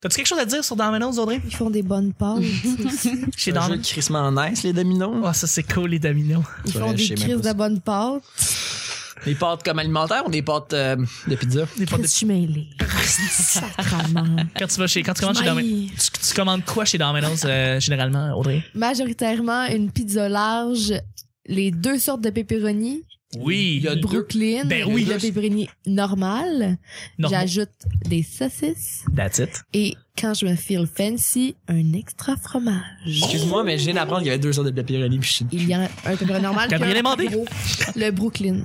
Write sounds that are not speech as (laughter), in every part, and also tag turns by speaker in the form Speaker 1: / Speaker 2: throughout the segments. Speaker 1: T'as-tu quelque chose à dire sur Domino's, Audrey?
Speaker 2: Ils font des bonnes pâtes. aussi.
Speaker 1: Chez
Speaker 3: un jeu
Speaker 1: Domino's?
Speaker 3: de crissement en nice, les dominos.
Speaker 1: Oh, ça, c'est cool, les dominos.
Speaker 2: Ils
Speaker 3: C'est
Speaker 2: font
Speaker 3: vrai,
Speaker 2: des
Speaker 3: je sais même
Speaker 2: crises
Speaker 3: pas
Speaker 2: de bonnes pâtes.
Speaker 3: Des pâtes comme alimentaires ou des pâtes euh, de pizza?
Speaker 1: Des fois,
Speaker 2: Chris, Je suis mêlée. Sacrement.
Speaker 1: (laughs) Quand tu vas chez, quand tu commandes chez
Speaker 2: Je
Speaker 1: Domino's,
Speaker 2: m'aille.
Speaker 1: tu, tu commandes quoi chez Domino's, euh, généralement, Audrey?
Speaker 2: Majoritairement, une pizza large, les deux sortes de pepperoni,
Speaker 1: Oui.
Speaker 3: Il y a- deux.
Speaker 2: Brooklyn,
Speaker 1: Ben oui.
Speaker 2: le pepperoni normal.
Speaker 1: Non.
Speaker 2: J'ajoute des saucisses
Speaker 1: That's it.
Speaker 2: et quand je me feel fancy, un extra fromage.
Speaker 3: Excuse-moi, mais je viens d'apprendre qu'il y avait deux sortes de pepperoni. Puis je suis-
Speaker 2: Il y a un pepperoni normal. puis
Speaker 1: Gabriel
Speaker 2: un
Speaker 1: est mandé.
Speaker 2: gros, Le Brooklyn.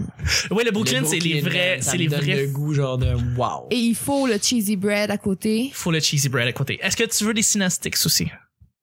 Speaker 1: Oui, le Brooklyn, c'est les
Speaker 3: Brooklyn, euh,
Speaker 1: vrais,
Speaker 3: ça
Speaker 1: c'est
Speaker 3: me
Speaker 1: les
Speaker 3: donne
Speaker 1: vrais.
Speaker 3: le goût genre de wow.
Speaker 2: Et il faut le cheesy bread à côté.
Speaker 1: Faut le cheesy bread à côté. Est-ce que tu veux des synastics aussi?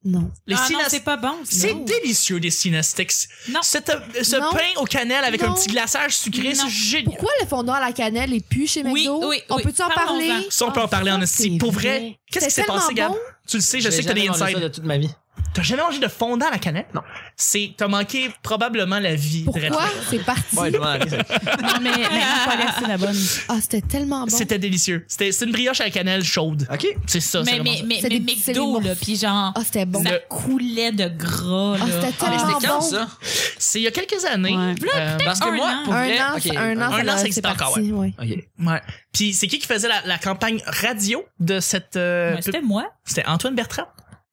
Speaker 2: Non.
Speaker 1: Les
Speaker 4: ah, non,
Speaker 1: Cinas-
Speaker 4: c'est pas bon.
Speaker 1: C'est
Speaker 4: non.
Speaker 1: délicieux, des synastics.
Speaker 4: Non.
Speaker 1: Cet- euh, ce
Speaker 2: Non.
Speaker 1: pain au cannelle avec un
Speaker 2: Non.
Speaker 1: petit glaçage sucré,
Speaker 4: Non.
Speaker 1: c'est génial.
Speaker 2: Pourquoi le fondant à la cannelle est plus chez
Speaker 4: Oui,
Speaker 2: McDo?
Speaker 4: oui,
Speaker 2: On
Speaker 4: oui.
Speaker 2: peut-tu en
Speaker 4: Parlons-en.
Speaker 2: parler?
Speaker 1: Ça, on peut en parler en esti.
Speaker 2: Ah, c'est
Speaker 1: Pour vrai,
Speaker 2: vrai.
Speaker 1: qu'est-ce qui s'est
Speaker 2: C'est
Speaker 1: passé, Gab?
Speaker 2: tellement
Speaker 1: Tu le sais, je
Speaker 3: J'ai
Speaker 1: sais que t'as des
Speaker 3: jamais mangé ça
Speaker 1: insides.
Speaker 3: de toute ma vie.
Speaker 1: T'as jamais mangé de fondant à la cannelle? Non. C'est, t'as manqué probablement la vie.
Speaker 2: Pourquoi?
Speaker 1: Drette.
Speaker 2: C'est parti.
Speaker 3: Ouais, je m'en allais, ça. (laughs)
Speaker 4: Non, mais maintenant, faut aller, c'est la (laughs) bonne.
Speaker 2: Ah, c'était tellement bon.
Speaker 1: C'était délicieux. C'était, c'est une brioche à la cannelle chaude.
Speaker 3: OK.
Speaker 1: C'est ça, c'est
Speaker 4: Mais, mais,
Speaker 1: vraiment
Speaker 4: mais,
Speaker 2: C'est
Speaker 4: mais
Speaker 2: des petits
Speaker 4: McDo,
Speaker 2: éléments.
Speaker 4: là, puis genre,
Speaker 2: Ah, c'était bon.
Speaker 4: ça
Speaker 1: Le-
Speaker 4: coulait de gras,
Speaker 2: Ah,
Speaker 4: là.
Speaker 2: c'était
Speaker 3: Ah, mais
Speaker 2: tellement
Speaker 3: c'était quand,
Speaker 2: bon.
Speaker 3: ça?
Speaker 1: ça. C'est il y a quelques années.
Speaker 5: Ouais.
Speaker 1: Euh,
Speaker 3: Parce que
Speaker 4: Un
Speaker 3: moi,
Speaker 4: an.
Speaker 3: pour
Speaker 2: Un
Speaker 3: vrai...
Speaker 2: an,
Speaker 3: ok,
Speaker 2: un an,
Speaker 1: un
Speaker 2: ça
Speaker 1: an,
Speaker 2: va,
Speaker 1: ça
Speaker 2: c'est
Speaker 1: existe
Speaker 2: parti,
Speaker 1: encore,
Speaker 2: ouais.
Speaker 3: OK.
Speaker 1: ouais. Puis c'est qui qui faisait la, la campagne radio de cette... euh,
Speaker 4: Ouais, C'était moi.
Speaker 1: C'était Antoine Bertrand.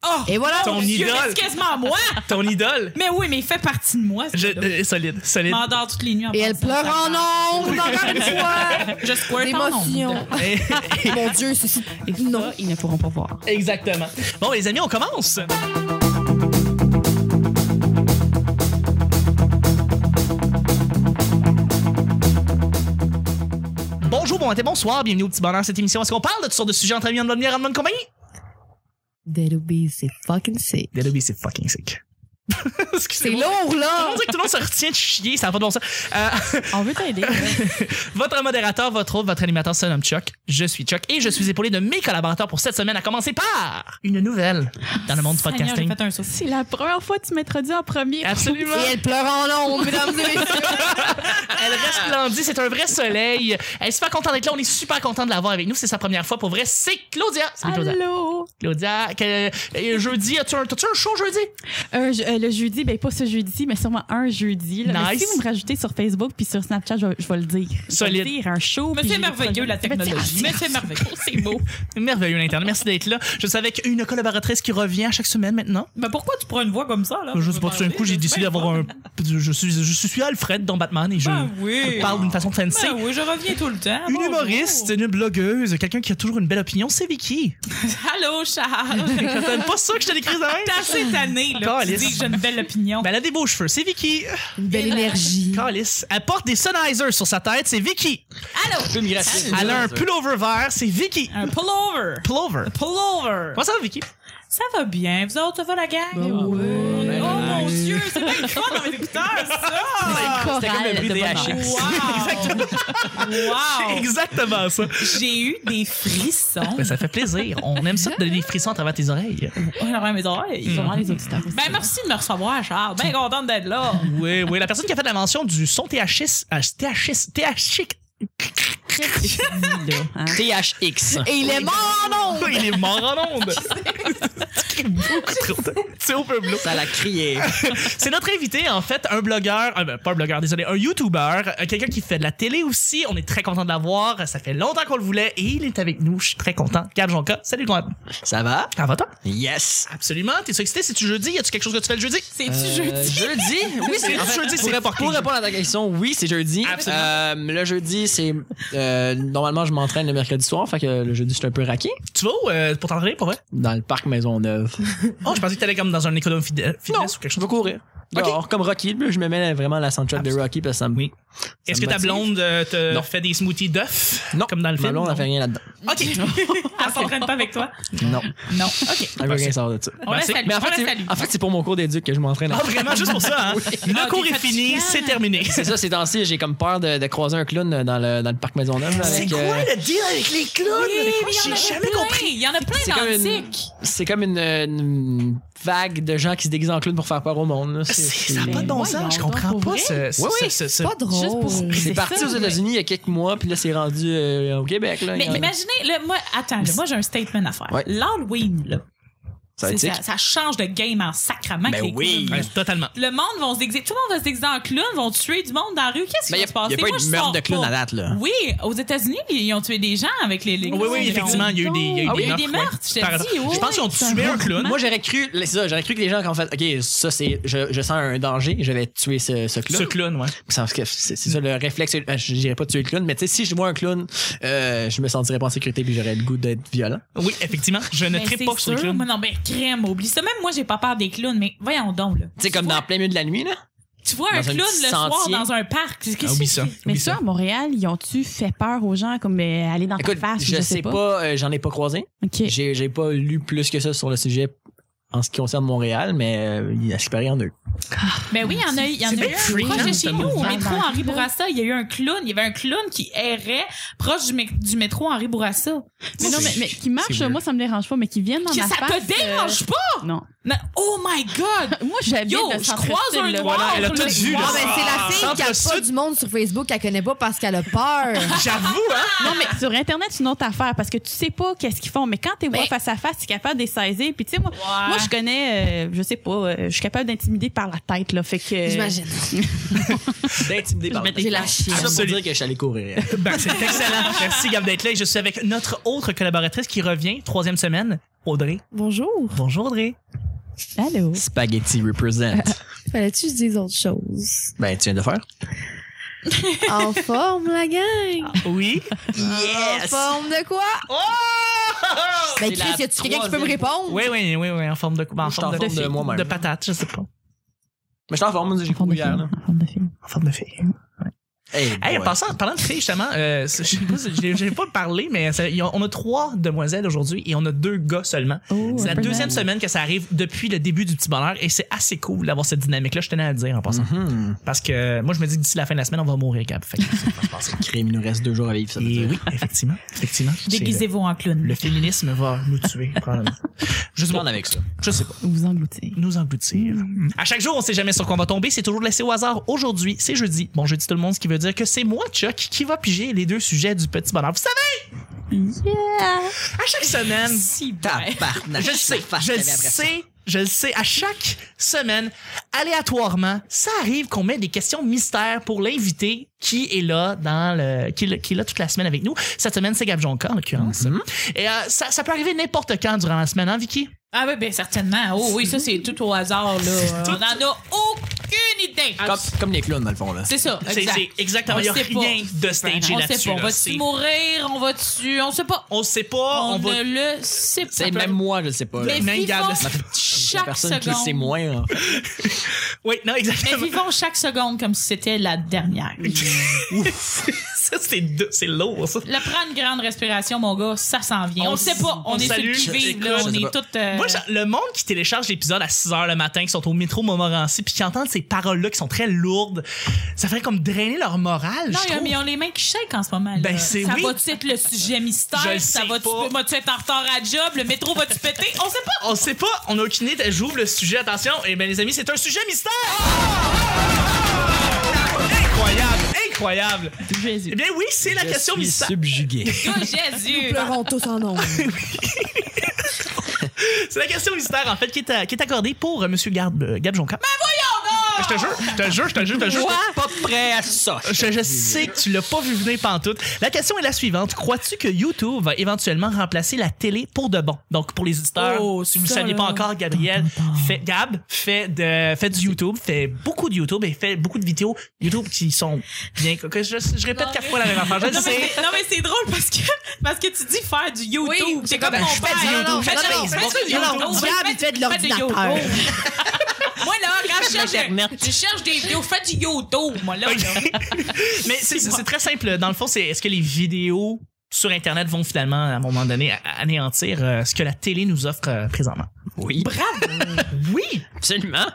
Speaker 4: Oh!
Speaker 2: Et voilà.
Speaker 1: Ton
Speaker 4: Dieu,
Speaker 1: idole.
Speaker 4: mais C'est quasiment moi!
Speaker 1: Ton idole.
Speaker 4: Mais oui, mais il fait partie de moi.
Speaker 1: Je,
Speaker 4: Je
Speaker 1: euh, solide, solide.
Speaker 4: m'endors toutes les nuits. en
Speaker 2: Et elle
Speaker 4: pensant
Speaker 2: pleure
Speaker 4: à ça.
Speaker 2: en ondes, encore
Speaker 1: (laughs)
Speaker 2: une fois.
Speaker 4: Je squirt en
Speaker 2: D'émotion.
Speaker 4: ondes.
Speaker 2: Mon Dieu, ceci.
Speaker 5: Et ça,
Speaker 2: Non.
Speaker 5: ils ne pourront pas voir.
Speaker 1: Exactement. Bon, les amis, on commence. Bonjour, bon matin, bonsoir, bienvenue au Petit Bonheur, cette émission. Est-ce qu'on parle de toutes sortes de sujets entre amis, en bonne bière, en bonne compagnie?
Speaker 2: Dead Obese, c'est fucking sick.
Speaker 1: Dead c'est fucking sick.
Speaker 2: C'est
Speaker 1: (laughs) Excusez-moi.
Speaker 2: lourd,
Speaker 1: On
Speaker 2: là.
Speaker 1: dirait que tout le monde se retient de chier, ça n'a pas de bon sens. Euh, (laughs)
Speaker 5: On veut t'aider.
Speaker 1: votre modérateur, votre hôte, votre animateur se nomme Chuck. Je suis Chuck et je suis épaulé de mes collaborateurs pour cette semaine, à commencer par une nouvelle dans le monde du
Speaker 4: Seigneur, j'ai
Speaker 1: podcasting.
Speaker 4: fait un saut.
Speaker 5: C'est la première fois que tu m'introduis en premier.
Speaker 1: Absolument.
Speaker 2: Et elle pleure en ondes, mesdames et messieurs.
Speaker 1: (laughs) Elle resplendit, c'est un vrai soleil. Elle est super contente d'être là, on est super content de l'avoir avec nous. C'est sa première fois pour vrai. C'est Claudia. Salut Claudia.
Speaker 5: Allô!
Speaker 1: Claudia, que- euh, jeudi, as-tu un, as-tu un show jeudi?
Speaker 5: Euh, je- euh, le jeudi, ben pas ce jeudi, mais sûrement un jeudi. là. Mais
Speaker 1: Nice.
Speaker 5: si vous me rajoutez sur Facebook puis sur Snapchat, je, vais- je vais le dire. Je vais
Speaker 1: Solide.
Speaker 5: le dire, un show. puis
Speaker 4: Monsieur
Speaker 5: je-
Speaker 4: merveilleux, la technologie. Monsieur merveilleux, oh, c'est beau.
Speaker 1: Merveilleux l'Internet, merci d'être là. Je suis avec une collaboratrice qui revient à chaque semaine maintenant.
Speaker 4: Mais pourquoi tu prends une voix comme ça, là?
Speaker 1: Je sais pas, tout d'un coup, j'ai décidé d'avoir un... Je suis, je suis Alfred dans Batman et je
Speaker 4: Ben oui.
Speaker 1: parle d'une façon fancy.
Speaker 4: Ben oui, je reviens tout le temps.
Speaker 1: Une
Speaker 4: Bonjour.
Speaker 1: humoriste, une blogueuse, quelqu'un qui a toujours une belle opinion, c'est Vicky. (laughs)
Speaker 4: Allô, Charles.
Speaker 1: Ça donne pas ça que je te décris de même.
Speaker 4: T'es assez tanné, là. Tu
Speaker 1: Calisse.
Speaker 4: dis que j'ai une belle opinion.
Speaker 1: Ben, elle a des beaux cheveux, c'est Vicky.
Speaker 2: Une belle énergie.
Speaker 1: Calice. Elle porte des sunizers sur sa tête, c'est Vicky.
Speaker 4: Allô!
Speaker 3: Tu peux me gracier.
Speaker 1: Elle a un pullover vert, c'est Vicky.
Speaker 4: Un pullover.
Speaker 1: Pullover.
Speaker 4: Pullover.
Speaker 1: Comment ça va, Vicky?
Speaker 4: Ça va bien. Vous autres, ça va la gang?
Speaker 5: Ah
Speaker 2: ouais.
Speaker 3: Ben,
Speaker 4: Oh mon Dieu, c'est pas une fois dans mes écouteurs,
Speaker 1: Ah, (laughs)
Speaker 4: ça!
Speaker 3: C'était comme le
Speaker 5: Chorale
Speaker 3: bruit
Speaker 5: de
Speaker 3: des
Speaker 5: bonheur.
Speaker 3: haches.
Speaker 4: Wow!
Speaker 1: (laughs)
Speaker 4: wow!
Speaker 1: Exactement ça.
Speaker 4: J'ai eu des frissons.
Speaker 1: Ben, ça fait plaisir. On aime ça de donner des frissons à travers tes oreilles.
Speaker 4: Oh, la vraie mes oreilles.
Speaker 5: Sûrement les auditeurs aussi.
Speaker 4: Ben merci de me recevoir, Charles. Ben contente d'être là.
Speaker 1: Oui, oui. La personne qui a fait la mention du son THX, euh, THX, THX,
Speaker 5: Dis-le, hein.
Speaker 3: THX.
Speaker 2: Et (laughs) il est mort en ondes.
Speaker 1: il est mort en
Speaker 2: (laughs)
Speaker 1: ondes. Tu cries beaucoup trop de- (laughs) C'est au peu bleu.
Speaker 3: Ça l'a crié.
Speaker 1: C'est notre invité, en fait, un blogueur, euh, ben, pas un blogueur, désolé, un YouTuber, euh, quelqu'un qui fait de la télé aussi. On est très content de l'avoir. Ça fait longtemps qu'on le voulait et il est avec nous. Je suis très content. Gab Jonka, salut Gab.
Speaker 3: Ça va?
Speaker 1: T'en vas-t'en?
Speaker 3: Yes.
Speaker 1: Absolument. T'es-tu excité? C'est-tu jeudi? Y a-tu quelque chose que tu fais le jeudi?
Speaker 4: C'est-tu
Speaker 3: Euh,
Speaker 4: jeudi?
Speaker 3: Jeudi? Oui, c'est (laughs)
Speaker 1: C'est jeudi,
Speaker 3: pour,
Speaker 1: c'est
Speaker 3: répondre-
Speaker 1: fucking
Speaker 3: pour répondre à ta question, oui, c'est jeudi.
Speaker 1: Absolument.
Speaker 3: Euh, le jeudi, c'est. euh, normalement, je m'entraîne le mercredi soir, fait que le jeudi, je suis un peu raqué.
Speaker 1: Tu vas où euh, pour t'entraîner, pour vrai?
Speaker 3: Dans le
Speaker 1: (laughs)
Speaker 3: parc Maisonneuve.
Speaker 1: Oh, je pensais que t'allais comme dans un écodome fidèle, fitness ou quelque
Speaker 3: Je
Speaker 1: chose.
Speaker 3: vais courir.
Speaker 1: Ok.
Speaker 3: Dehors, comme Rocky, là, je me mets vraiment la soundtrack de
Speaker 1: Absolument.
Speaker 3: Rocky parce que ça me.
Speaker 1: Oui.
Speaker 3: ça
Speaker 1: Est-ce
Speaker 3: me
Speaker 1: que ta
Speaker 3: motive.
Speaker 1: blonde euh, te
Speaker 3: Non.
Speaker 1: fait des smoothies d'œufs?
Speaker 3: Non.
Speaker 1: Comme dans le
Speaker 3: Ma
Speaker 1: film?
Speaker 3: blonde, elle fait rien là-dedans.
Speaker 1: OK.
Speaker 4: (laughs) Elle s'entraîne pas avec toi?
Speaker 3: Non.
Speaker 4: Non. OK.
Speaker 3: Elle veut rien savoir de ça.
Speaker 4: On la
Speaker 1: c'est-
Speaker 4: salue.
Speaker 3: Mais en
Speaker 4: on la
Speaker 3: fait,
Speaker 4: salue.
Speaker 3: c'est- en fait, c'est pour mon cours d'éduc que
Speaker 1: (laughs)
Speaker 3: je m'entraîne.
Speaker 1: Ah, vraiment, juste pour ça, hein? Le
Speaker 4: Ah,
Speaker 1: cours
Speaker 4: t'es
Speaker 1: est fini,
Speaker 4: fatiguant.
Speaker 1: c'est terminé.
Speaker 3: C'est ça, ces temps-ci, j'ai comme peur de, de croiser un clown dans le, dans le parc Maisonneuve. là, avec, euh,
Speaker 1: le deal avec les clowns?
Speaker 4: Oui, mais il y en a plein. Il y en a plein
Speaker 3: C'est comme une-
Speaker 4: d'antiques.
Speaker 3: C'est comme une, une vague de gens qui se déguisent en clown pour faire peur au monde. là. C'est-
Speaker 1: C'est- Ça n'a
Speaker 3: c'est-
Speaker 1: pas de bon
Speaker 5: Voyons
Speaker 1: sens. Je
Speaker 5: donc,
Speaker 1: comprends
Speaker 5: pour
Speaker 1: pas
Speaker 5: vrai?
Speaker 1: ce. ce-
Speaker 3: Oui, oui,
Speaker 1: ce- ce-
Speaker 2: C'est pas drôle.
Speaker 5: Juste pour-
Speaker 3: C'est
Speaker 5: C'est
Speaker 3: parti
Speaker 5: ça,
Speaker 3: aux
Speaker 5: mais-
Speaker 3: États-Unis il y a quelques mois, puis là, c'est rendu euh, au Québec. Là,
Speaker 4: Mais
Speaker 3: Il y en a-
Speaker 4: imaginez, là, moi, attends, là, moi j'ai un statement à faire.
Speaker 3: Ouais.
Speaker 4: L'Halloween, là,
Speaker 3: ça va
Speaker 4: c'est-
Speaker 3: être sick.
Speaker 4: ça, ça change de game en sacrament.
Speaker 6: Ben
Speaker 4: que les
Speaker 6: oui.
Speaker 4: clowns, là.
Speaker 1: Ouais, totalement.
Speaker 4: Le monde va se déguiser, tout le monde va se déguiser en clown, vont tuer du monde dans la rue. Qu'est-ce qui
Speaker 3: Mais Ben,
Speaker 4: va
Speaker 3: y a-
Speaker 4: se passer?
Speaker 6: Ben, y a pas eu
Speaker 4: Moi,
Speaker 6: de
Speaker 4: je
Speaker 6: meurtre
Speaker 4: sors
Speaker 6: de clown
Speaker 4: pas.
Speaker 6: à date, là.
Speaker 4: Oui, aux États-Unis, ils ont tué des gens avec les. les
Speaker 1: Oui, oui,
Speaker 4: clowns.
Speaker 1: effectivement, il y a eu des, il y a eu
Speaker 4: Ah oui, il y a
Speaker 1: meurtres,
Speaker 4: eu des
Speaker 1: ouais.
Speaker 4: meurtres, je te
Speaker 1: Par-
Speaker 4: dis, oui,
Speaker 1: Je pense qu'ils
Speaker 4: c'est
Speaker 1: ont
Speaker 4: un
Speaker 1: tué un
Speaker 4: gros
Speaker 1: clown.
Speaker 4: moment.
Speaker 3: Moi, j'aurais cru, c'est ça, j'aurais cru que les gens qui ont fait, OK, ça, c'est, je, je sens un danger, je vais tuer ce, ce
Speaker 1: Ce
Speaker 3: clown.
Speaker 1: clown, ouais.
Speaker 3: Ça, C'est c'est ça le réflexe. euh, Je dirais pas tuer le clown, mais tu sais, si je vois un clown, euh, je me sentirais pas en sécurité puis j'aurais le goût d'être violent.
Speaker 1: Oui, effectivement. Je ne
Speaker 4: Mais
Speaker 1: tripe
Speaker 4: Ben, c'est
Speaker 1: pas sur les
Speaker 4: sûr.
Speaker 1: clowns.
Speaker 4: Moi, non, mais crème, oublie ça. Même moi, j'ai pas peur des clowns, mais voyons donc, là.
Speaker 3: Tu sais, comme dans plein milieu de la nuit, là.
Speaker 4: Tu vois un
Speaker 3: dans un
Speaker 4: clown
Speaker 3: petit
Speaker 4: le soir
Speaker 3: sentier.
Speaker 4: dans un parc. c'est-
Speaker 1: Ah,
Speaker 4: qu'est-ce
Speaker 1: oublie
Speaker 4: que
Speaker 1: ça.
Speaker 4: c'est?
Speaker 5: Mais
Speaker 1: oublie
Speaker 5: ça,
Speaker 1: ça.
Speaker 5: à Montréal, ils ont-tu fait peur aux gens, comme euh, aller dans ta
Speaker 3: Écoute,
Speaker 5: face? ou
Speaker 3: je, sais pas, euh, j'en ai pas croisé.
Speaker 5: Ok.
Speaker 3: J'ai j'ai pas lu plus que ça sur le sujet en ce qui concerne Montréal, mais euh, il y a super rien (laughs) en eux.
Speaker 4: Ben oui, il y en a eu. Il y en
Speaker 1: C'est
Speaker 4: a
Speaker 1: bien
Speaker 4: eu un
Speaker 1: freakant,
Speaker 4: proche de
Speaker 1: ce
Speaker 4: chez nous, au
Speaker 1: hein, mouvement.
Speaker 4: métro
Speaker 5: Dans
Speaker 4: Henri
Speaker 5: le
Speaker 4: Bourassa. Il y a eu un clown. Il y avait un clown qui errait proche du, mé- du métro Henri Bourassa.
Speaker 5: Mais non, mais, mais qui marche,
Speaker 1: weird.
Speaker 5: moi, ça me dérange pas, mais qui viennent dans
Speaker 4: Que
Speaker 5: ma
Speaker 4: ça
Speaker 5: face.
Speaker 4: te dérange pas?
Speaker 5: euh, Non.
Speaker 4: Non. Oh my God!
Speaker 5: Moi, j'habite
Speaker 4: Yo,
Speaker 5: le
Speaker 4: je
Speaker 5: centre-ville,
Speaker 4: croise un
Speaker 5: là.
Speaker 4: noir.
Speaker 1: Voilà, elle a tout vu,
Speaker 2: Non,
Speaker 4: Ah,
Speaker 1: là.
Speaker 4: ben,
Speaker 2: mais Ah, ben, c'est
Speaker 1: Ah,
Speaker 2: la fille qui a
Speaker 1: Centre
Speaker 2: pas
Speaker 1: Sud.
Speaker 2: du monde sur Facebook qu'elle connaît pas parce qu'elle a
Speaker 1: (laughs)
Speaker 2: peur.
Speaker 1: J'avoue, hein?
Speaker 5: Non, mais sur Internet, c'est une autre affaire parce que tu sais pas qu'est-ce qu'ils font. Mais quand t'es vois
Speaker 4: Mais-
Speaker 5: face à face, t'es capable de les saisir. Puis, tu sais, moi,
Speaker 4: Ouais.
Speaker 5: moi, je connais, euh, je sais pas, euh, je suis capable d'intimider par la tête, là. Fait que.
Speaker 2: J'imagine.
Speaker 3: D'intimidé par
Speaker 2: J'ai la chienne.
Speaker 3: Ça pour
Speaker 1: Absolument.
Speaker 3: dire que je suis
Speaker 1: (laughs)
Speaker 3: allé courir.
Speaker 1: Ben, c'est excellent. Merci, Gab, d'être là. Et Je suis avec notre autre collaboratrice qui revient, troisième semaine, Audrey.
Speaker 2: Bonjour.
Speaker 1: Bonjour, Audrey.
Speaker 5: Allô?
Speaker 1: (laughs)
Speaker 3: Spaghetti represent.
Speaker 2: Fallait-tu que je dise autre chose?
Speaker 3: ben, tu viens de faire.
Speaker 2: (laughs) En forme, la gang?
Speaker 1: Oui.
Speaker 2: En forme de quoi?
Speaker 1: Oh,
Speaker 2: Mais
Speaker 3: C'est
Speaker 2: Ben, Chris, y
Speaker 3: la
Speaker 2: a-tu quelqu'un qui peut
Speaker 3: troisième.
Speaker 2: me répondre?
Speaker 1: Oui, oui, oui, oui, en forme de ben, en
Speaker 3: Je suis en
Speaker 1: forme de,
Speaker 3: forme de moi-même.
Speaker 1: de patate, je sais pas.
Speaker 3: Mais je suis en forme, moi, j'ai
Speaker 5: En forme de
Speaker 3: couru hier, là.
Speaker 5: film, en forme de film.
Speaker 1: En forme de fille.
Speaker 3: Hey,
Speaker 1: Hey, en
Speaker 3: boy.
Speaker 1: passant- parlant de filles, justement, euh, (laughs) c'est- je sais pas si- je l'ai- je l'ai pas parlé, mais ça- y a- on a trois demoiselles aujourd'hui et on a deux gars seulement.
Speaker 5: Oh,
Speaker 1: C'est la
Speaker 5: un peu
Speaker 1: deuxième
Speaker 5: mal.
Speaker 1: semaine que ça arrive depuis le début du petit bonheur et c'est assez cool d'avoir cette dynamique-là, je tenais à le dire en passant.
Speaker 3: Hmm,
Speaker 1: Parce que euh, moi, je me dis que d'ici la fin de la semaine, on va mourir, Gab.
Speaker 3: (laughs)
Speaker 1: Fait que-
Speaker 3: crime, il nous reste deux jours à vivre, ça veut
Speaker 1: et
Speaker 3: dire.
Speaker 1: oui, effectivement. effectivement C'est le,
Speaker 4: Déguisez-vous en clown.
Speaker 1: le féminisme va nous tuer, probablement. Je sais
Speaker 3: Je
Speaker 1: pas.
Speaker 3: m'en avec ça.
Speaker 1: Je sais pas.
Speaker 5: Vous engloutir.
Speaker 1: Nous engloutir. Mm. À chaque jour, on sait jamais sur quoi on va tomber. C'est toujours laissé au hasard. Aujourd'hui, c'est jeudi. Bon, jeudi tout le monde, ce qui veut dire que c'est moi, Chuck, qui va piger les deux sujets du petit bonheur. Vous savez,
Speaker 5: Yeah!
Speaker 1: à chaque semaine,
Speaker 4: Si, ben.
Speaker 3: Tabarnak.
Speaker 1: je le sais,
Speaker 3: Face
Speaker 1: je le
Speaker 3: qu'il y avait après ça.
Speaker 1: sais, je le sais, à chaque semaine, aléatoirement, ça arrive qu'on met des questions mystères pour l'invité qui est là dans le, qui, est là- qui est là toute la semaine avec nous. Cette semaine, c'est Gab Jonca, en l'occurrence. Et euh, ça, ça peut arriver n'importe quand durant la semaine, hein, Vicky?
Speaker 4: Ah oui, bien certainement. Oh oui, ça c'est tout au hasard, là. On n'en a aucune idée.
Speaker 3: Comme, comme les clowns, dans le fond, là.
Speaker 4: C'est ça,
Speaker 1: C'est
Speaker 4: exact.
Speaker 1: c'est exactement,
Speaker 4: On
Speaker 1: il y a
Speaker 4: sait pas.
Speaker 1: rien de stagé
Speaker 4: On sait
Speaker 1: là-dessus.
Speaker 4: pas. On
Speaker 1: là.
Speaker 4: va-tu
Speaker 1: C'est-
Speaker 4: mourir? On va-tu... On sait pas.
Speaker 1: On sait pas, on,
Speaker 4: On
Speaker 1: va...
Speaker 4: ne le sait pas.
Speaker 3: C'est même moi, je le sais pas. là.
Speaker 4: Mais
Speaker 1: Même
Speaker 4: vivons
Speaker 1: Gab, là, ça
Speaker 3: la
Speaker 4: (laughs) chaque
Speaker 3: personne qui le sait
Speaker 4: seconde.
Speaker 3: moins. là.
Speaker 1: Oui, non,
Speaker 4: Mais
Speaker 1: exactement.
Speaker 4: vivons chaque seconde comme si c'était la dernière.
Speaker 1: (laughs) ça, c'est deux- c'est lourd, ça.
Speaker 4: Là, prends une grande respiration, mon gars, ça s'en vient. On,
Speaker 1: On
Speaker 4: ne sait pas, on,
Speaker 1: on
Speaker 4: est sur
Speaker 1: salue.
Speaker 4: le qui
Speaker 1: Je-
Speaker 4: vive,
Speaker 1: écoute,
Speaker 4: là,
Speaker 1: je
Speaker 4: on
Speaker 1: sais
Speaker 4: est
Speaker 1: pas.
Speaker 4: toutes. euh,
Speaker 1: Moi, je- le monde qui télécharge l'épisode à 6 h le matin, qui sont au métro Montmorency, puis qui entendent ces paroles-là qui sont très lourdes, ça ferait comme drainer leur morale,
Speaker 4: Non,
Speaker 1: je
Speaker 4: il y a-
Speaker 1: trouve.
Speaker 4: mais on les mains qui shake en ce moment. là.
Speaker 1: Ben, c'est
Speaker 4: ça
Speaker 1: oui.
Speaker 4: va-tu être le sujet mystère?
Speaker 1: Je le
Speaker 4: ça
Speaker 1: sais
Speaker 4: va-tu
Speaker 1: pas.
Speaker 4: moi, tu être en retard à job? Le métro va-tu péter? On sait pas.
Speaker 1: On sait pas, on a aucune idée. J'ouvre le sujet, attention. Et ben les amis, c'est un sujet mystère! Ah! Incroyable, incroyable.
Speaker 5: Jésus.
Speaker 1: Eh bien oui, c'est la
Speaker 3: Je
Speaker 1: question
Speaker 3: suis
Speaker 1: mystère.
Speaker 3: subjugué.
Speaker 2: (laughs)
Speaker 4: Oh, Jésus!
Speaker 2: Pleurons tous en nombre.
Speaker 1: C'est la question mystère en fait qui est, à- qui est accordée pour euh, Monsieur Gab, euh, Gab Jonca. Mais voyons donc! Je te jure, je te jure, je te jure, je te jure.
Speaker 3: Pas prêt à ça.
Speaker 1: Je, je sais que tu l'as pas vu venir pantoute. La question est la suivante. Crois-tu que YouTube va éventuellement remplacer la télé pour de bon? Donc, pour les auditeurs,
Speaker 4: Oh,
Speaker 1: si vous ne
Speaker 4: ça,
Speaker 1: saviez pas
Speaker 4: là.
Speaker 1: encore, Gabriel, fait, Gab, fait, de, fait du YouTube, fait beaucoup de YouTube et fait beaucoup de vidéos YouTube qui sont bien... que- que Je, je répète
Speaker 4: Non,
Speaker 1: quatre
Speaker 4: mais-
Speaker 1: fois la même affaire. Je le
Speaker 4: Non,
Speaker 1: sais.
Speaker 4: mais, non, mais c'est drôle parce que, parce que tu dis faire du YouTube.
Speaker 2: Oui,
Speaker 4: c'est comme
Speaker 2: ben,
Speaker 4: mon
Speaker 2: je fais
Speaker 4: père.
Speaker 2: du
Speaker 4: Non, non,
Speaker 2: YouTube,
Speaker 4: fais
Speaker 2: je fais
Speaker 4: du
Speaker 2: du
Speaker 4: fais du
Speaker 2: YouTube.
Speaker 4: YouTube.
Speaker 2: Non,
Speaker 4: Fais-
Speaker 2: diable, il fait de
Speaker 4: fais du
Speaker 2: l'ordinateur.
Speaker 4: YouTube. Moi, là, quand je cherche, je cherche des vidéos, fais du YouTube, moi, là. là.
Speaker 1: Mais c'est c'est très simple. Dans le fond, c'est est-ce que les vidéos sur Internet vont finalement, à un moment donné, a- anéantir euh, ce que la télé nous offre euh, présentement?
Speaker 3: Oui.
Speaker 1: Oui!
Speaker 3: Absolument.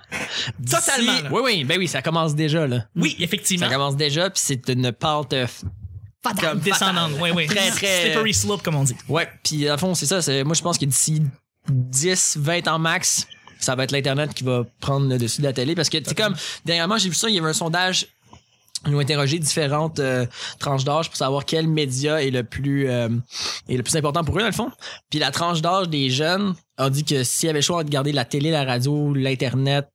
Speaker 1: Totalement,
Speaker 3: D'ici-
Speaker 1: là.
Speaker 3: Oui, oui, ben oui, ça commence déjà, là.
Speaker 1: Oui,
Speaker 3: Ça
Speaker 1: effectivement.
Speaker 3: commence déjà, puis c'est une pente. euh, f-
Speaker 1: Comme descendante, oui, oui.
Speaker 3: Très, très-
Speaker 1: Slippery slope, comme on dit.
Speaker 3: Ouais, puis à fond, c'est ça. c'est- Moi, je pense que d'ici 10, 20 ans max, ça va être l'Internet qui va prendre le dessus de la télé. Parce que, c'est comme, dernièrement, j'ai vu ça, il y avait un sondage. Ils ont interrogé différentes euh, tranches d'âge pour savoir quel média est le plus euh, est le plus important pour eux dans le fond. Puis la tranche d'âge des jeunes a dit que s'il y avait le choix de garder la télé, la radio, l'internet,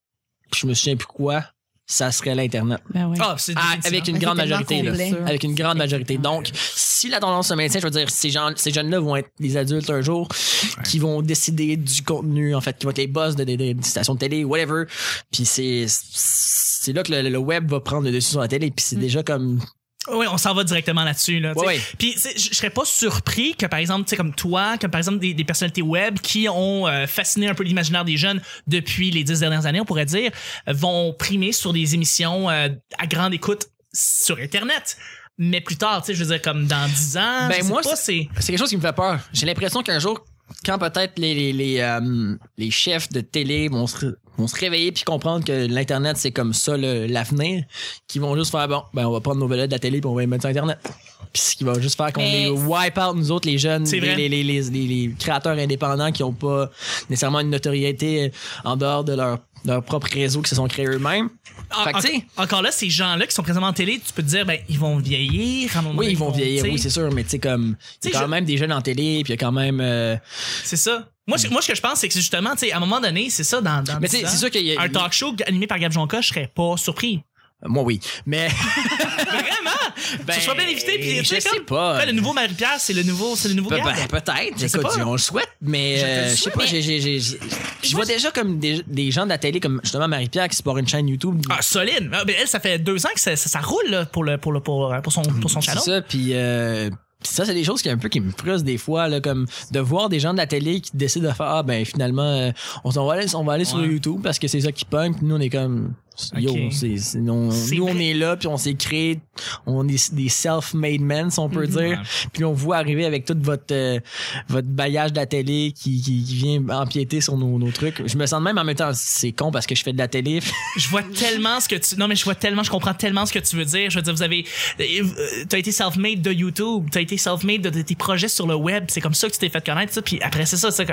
Speaker 3: puis je me souviens plus quoi, ça serait l'internet.
Speaker 5: Ben ouais.
Speaker 1: Ah, c'est
Speaker 3: Ah,
Speaker 1: définitivement.
Speaker 3: avec une
Speaker 2: Mais
Speaker 3: grande
Speaker 2: c'est tellement
Speaker 3: majorité là.
Speaker 2: complet.
Speaker 3: avec une grande majorité. Donc, si la tendance se maintient, je veux dire, ces, gens, ces jeunes-là vont être des adultes un jour qui vont décider du contenu, en fait, qui vont être les boss de, des- des stations de télé, whatever. Puis c'est c'est là que le, le web va prendre le dessus sur la télé. Puis c'est
Speaker 2: Mm.
Speaker 3: déjà comme...
Speaker 1: Oui, on s'en va directement là-dessus. Là, tu sais.
Speaker 3: Ouais, ouais.
Speaker 1: Puis tu sais, je je serais pas surpris que, par exemple, tu sais, comme toi, comme par exemple des, des personnalités web qui ont euh, fasciné un peu l'imaginaire des jeunes depuis les dix dernières années, on pourrait dire, euh, vont primer sur des émissions euh, à grande écoute sur Internet. Mais plus tard, tu sais, je veux dire, comme dans dix ans,
Speaker 3: Ben,
Speaker 1: je sais
Speaker 3: moi,
Speaker 1: pas, c'est...
Speaker 3: C'est quelque chose qui me fait peur. J'ai l'impression qu'un jour, quand peut-être les, les, les, euh, les chefs de télé vont se, ré- vont se réveiller puis comprendre que l'Internet, c'est comme ça le- l'avenir, qu'ils vont juste faire, bon, ben on va prendre nos vedettes de la télé puis on va les mettre sur Internet. Puis ce qui va juste faire qu'on
Speaker 4: Mais-
Speaker 3: les wipe out, nous autres, les jeunes,
Speaker 1: C'est
Speaker 3: les,
Speaker 1: vrai.
Speaker 3: les, les, les, les- les créateurs indépendants qui ont pas nécessairement une notoriété en dehors de leur, leur propre réseau qu'ils se sont créés eux-mêmes.
Speaker 1: En-
Speaker 3: Fait que,
Speaker 1: en-
Speaker 3: tu sais-
Speaker 1: encore là, ces gens-là qui sont présentement en télé, tu peux te dire, ben, ils vont vieillir. À un moment
Speaker 3: Oui,
Speaker 1: donné,
Speaker 3: ils vont vieillir,
Speaker 1: tu sais,
Speaker 3: oui, c'est sûr, mais tu sais, comme, il y
Speaker 1: T'sais,
Speaker 3: a quand
Speaker 1: je-
Speaker 3: même des jeunes en télé puis il y a quand même. euh,
Speaker 1: C'est ça. Moi, ce- moi, ce que je pense, c'est que c'est justement, tu sais, à un moment donné, c'est ça, dans, dans
Speaker 3: Mais
Speaker 1: dix
Speaker 3: tu sais,
Speaker 1: ans,
Speaker 3: c'est sûr qu'il y a.
Speaker 1: un talk show animé par Gab Jonca, je serais pas surpris.
Speaker 3: Moi, oui. Mais.
Speaker 1: Vraiment?
Speaker 3: Ben,
Speaker 1: tu seras bien invité, puis tu
Speaker 3: je
Speaker 1: sais,
Speaker 3: sais
Speaker 1: comme,
Speaker 3: pas.
Speaker 1: ouais, le nouveau Marie-Pierre, c'est le nouveau, c'est le nouveau
Speaker 3: Pe-
Speaker 1: Gab.
Speaker 3: pe- Peut-être.
Speaker 1: Je sais
Speaker 3: Écoute,
Speaker 1: pas.
Speaker 3: on le souhaite, mais
Speaker 1: Je te le
Speaker 3: euh, je sais
Speaker 1: souhaite.
Speaker 3: pas. j'ai- j'ai- j'ai- j'ai- Je vois déjà comme des, des gens de la télé, comme justement Marie-Pierre qui se porte une chaîne YouTube.
Speaker 1: Ah, solide. Ah, ben, elle, ça fait deux ans que ça, ça- ça roule là, pour, le, pour, le, pour, euh, pour son, pour son
Speaker 3: c'est
Speaker 1: challenge.
Speaker 3: ça, puis. euh, puis ça, c'est des choses qui un peu qui me frustrent des fois, là, comme de voir des gens de la télé qui décident de faire Ah ben finalement euh, on, s'en va aller, on va aller sur
Speaker 1: Ouais.
Speaker 3: YouTube parce que c'est ça qui punk, puis nous on est comme Yo,
Speaker 1: Ok.
Speaker 3: c'est, c'est- on-
Speaker 1: C'est
Speaker 3: nous on
Speaker 1: vrai.
Speaker 3: est là, puis on s'est créé, on est des self-made men, si on
Speaker 1: Mhm.
Speaker 3: peut dire. puis on vous voit arriver avec tout votre euh, votre baillage de la télé qui, qui, qui vient empiéter sur nos, nos trucs. Je me sens de même en même temps, c'est con parce que je fais de la télé. (laughs)
Speaker 1: Je vois tellement ce que tu. Non, mais je vois tellement, je comprends tellement ce que tu veux dire. Je veux dire, vous avez. euh, T'as été self-made de YouTube, t'as été self-made de, de tes projets sur le web. C'est comme ça que tu t'es fait connaître, ça. Puis après, c'est ça. c'est que-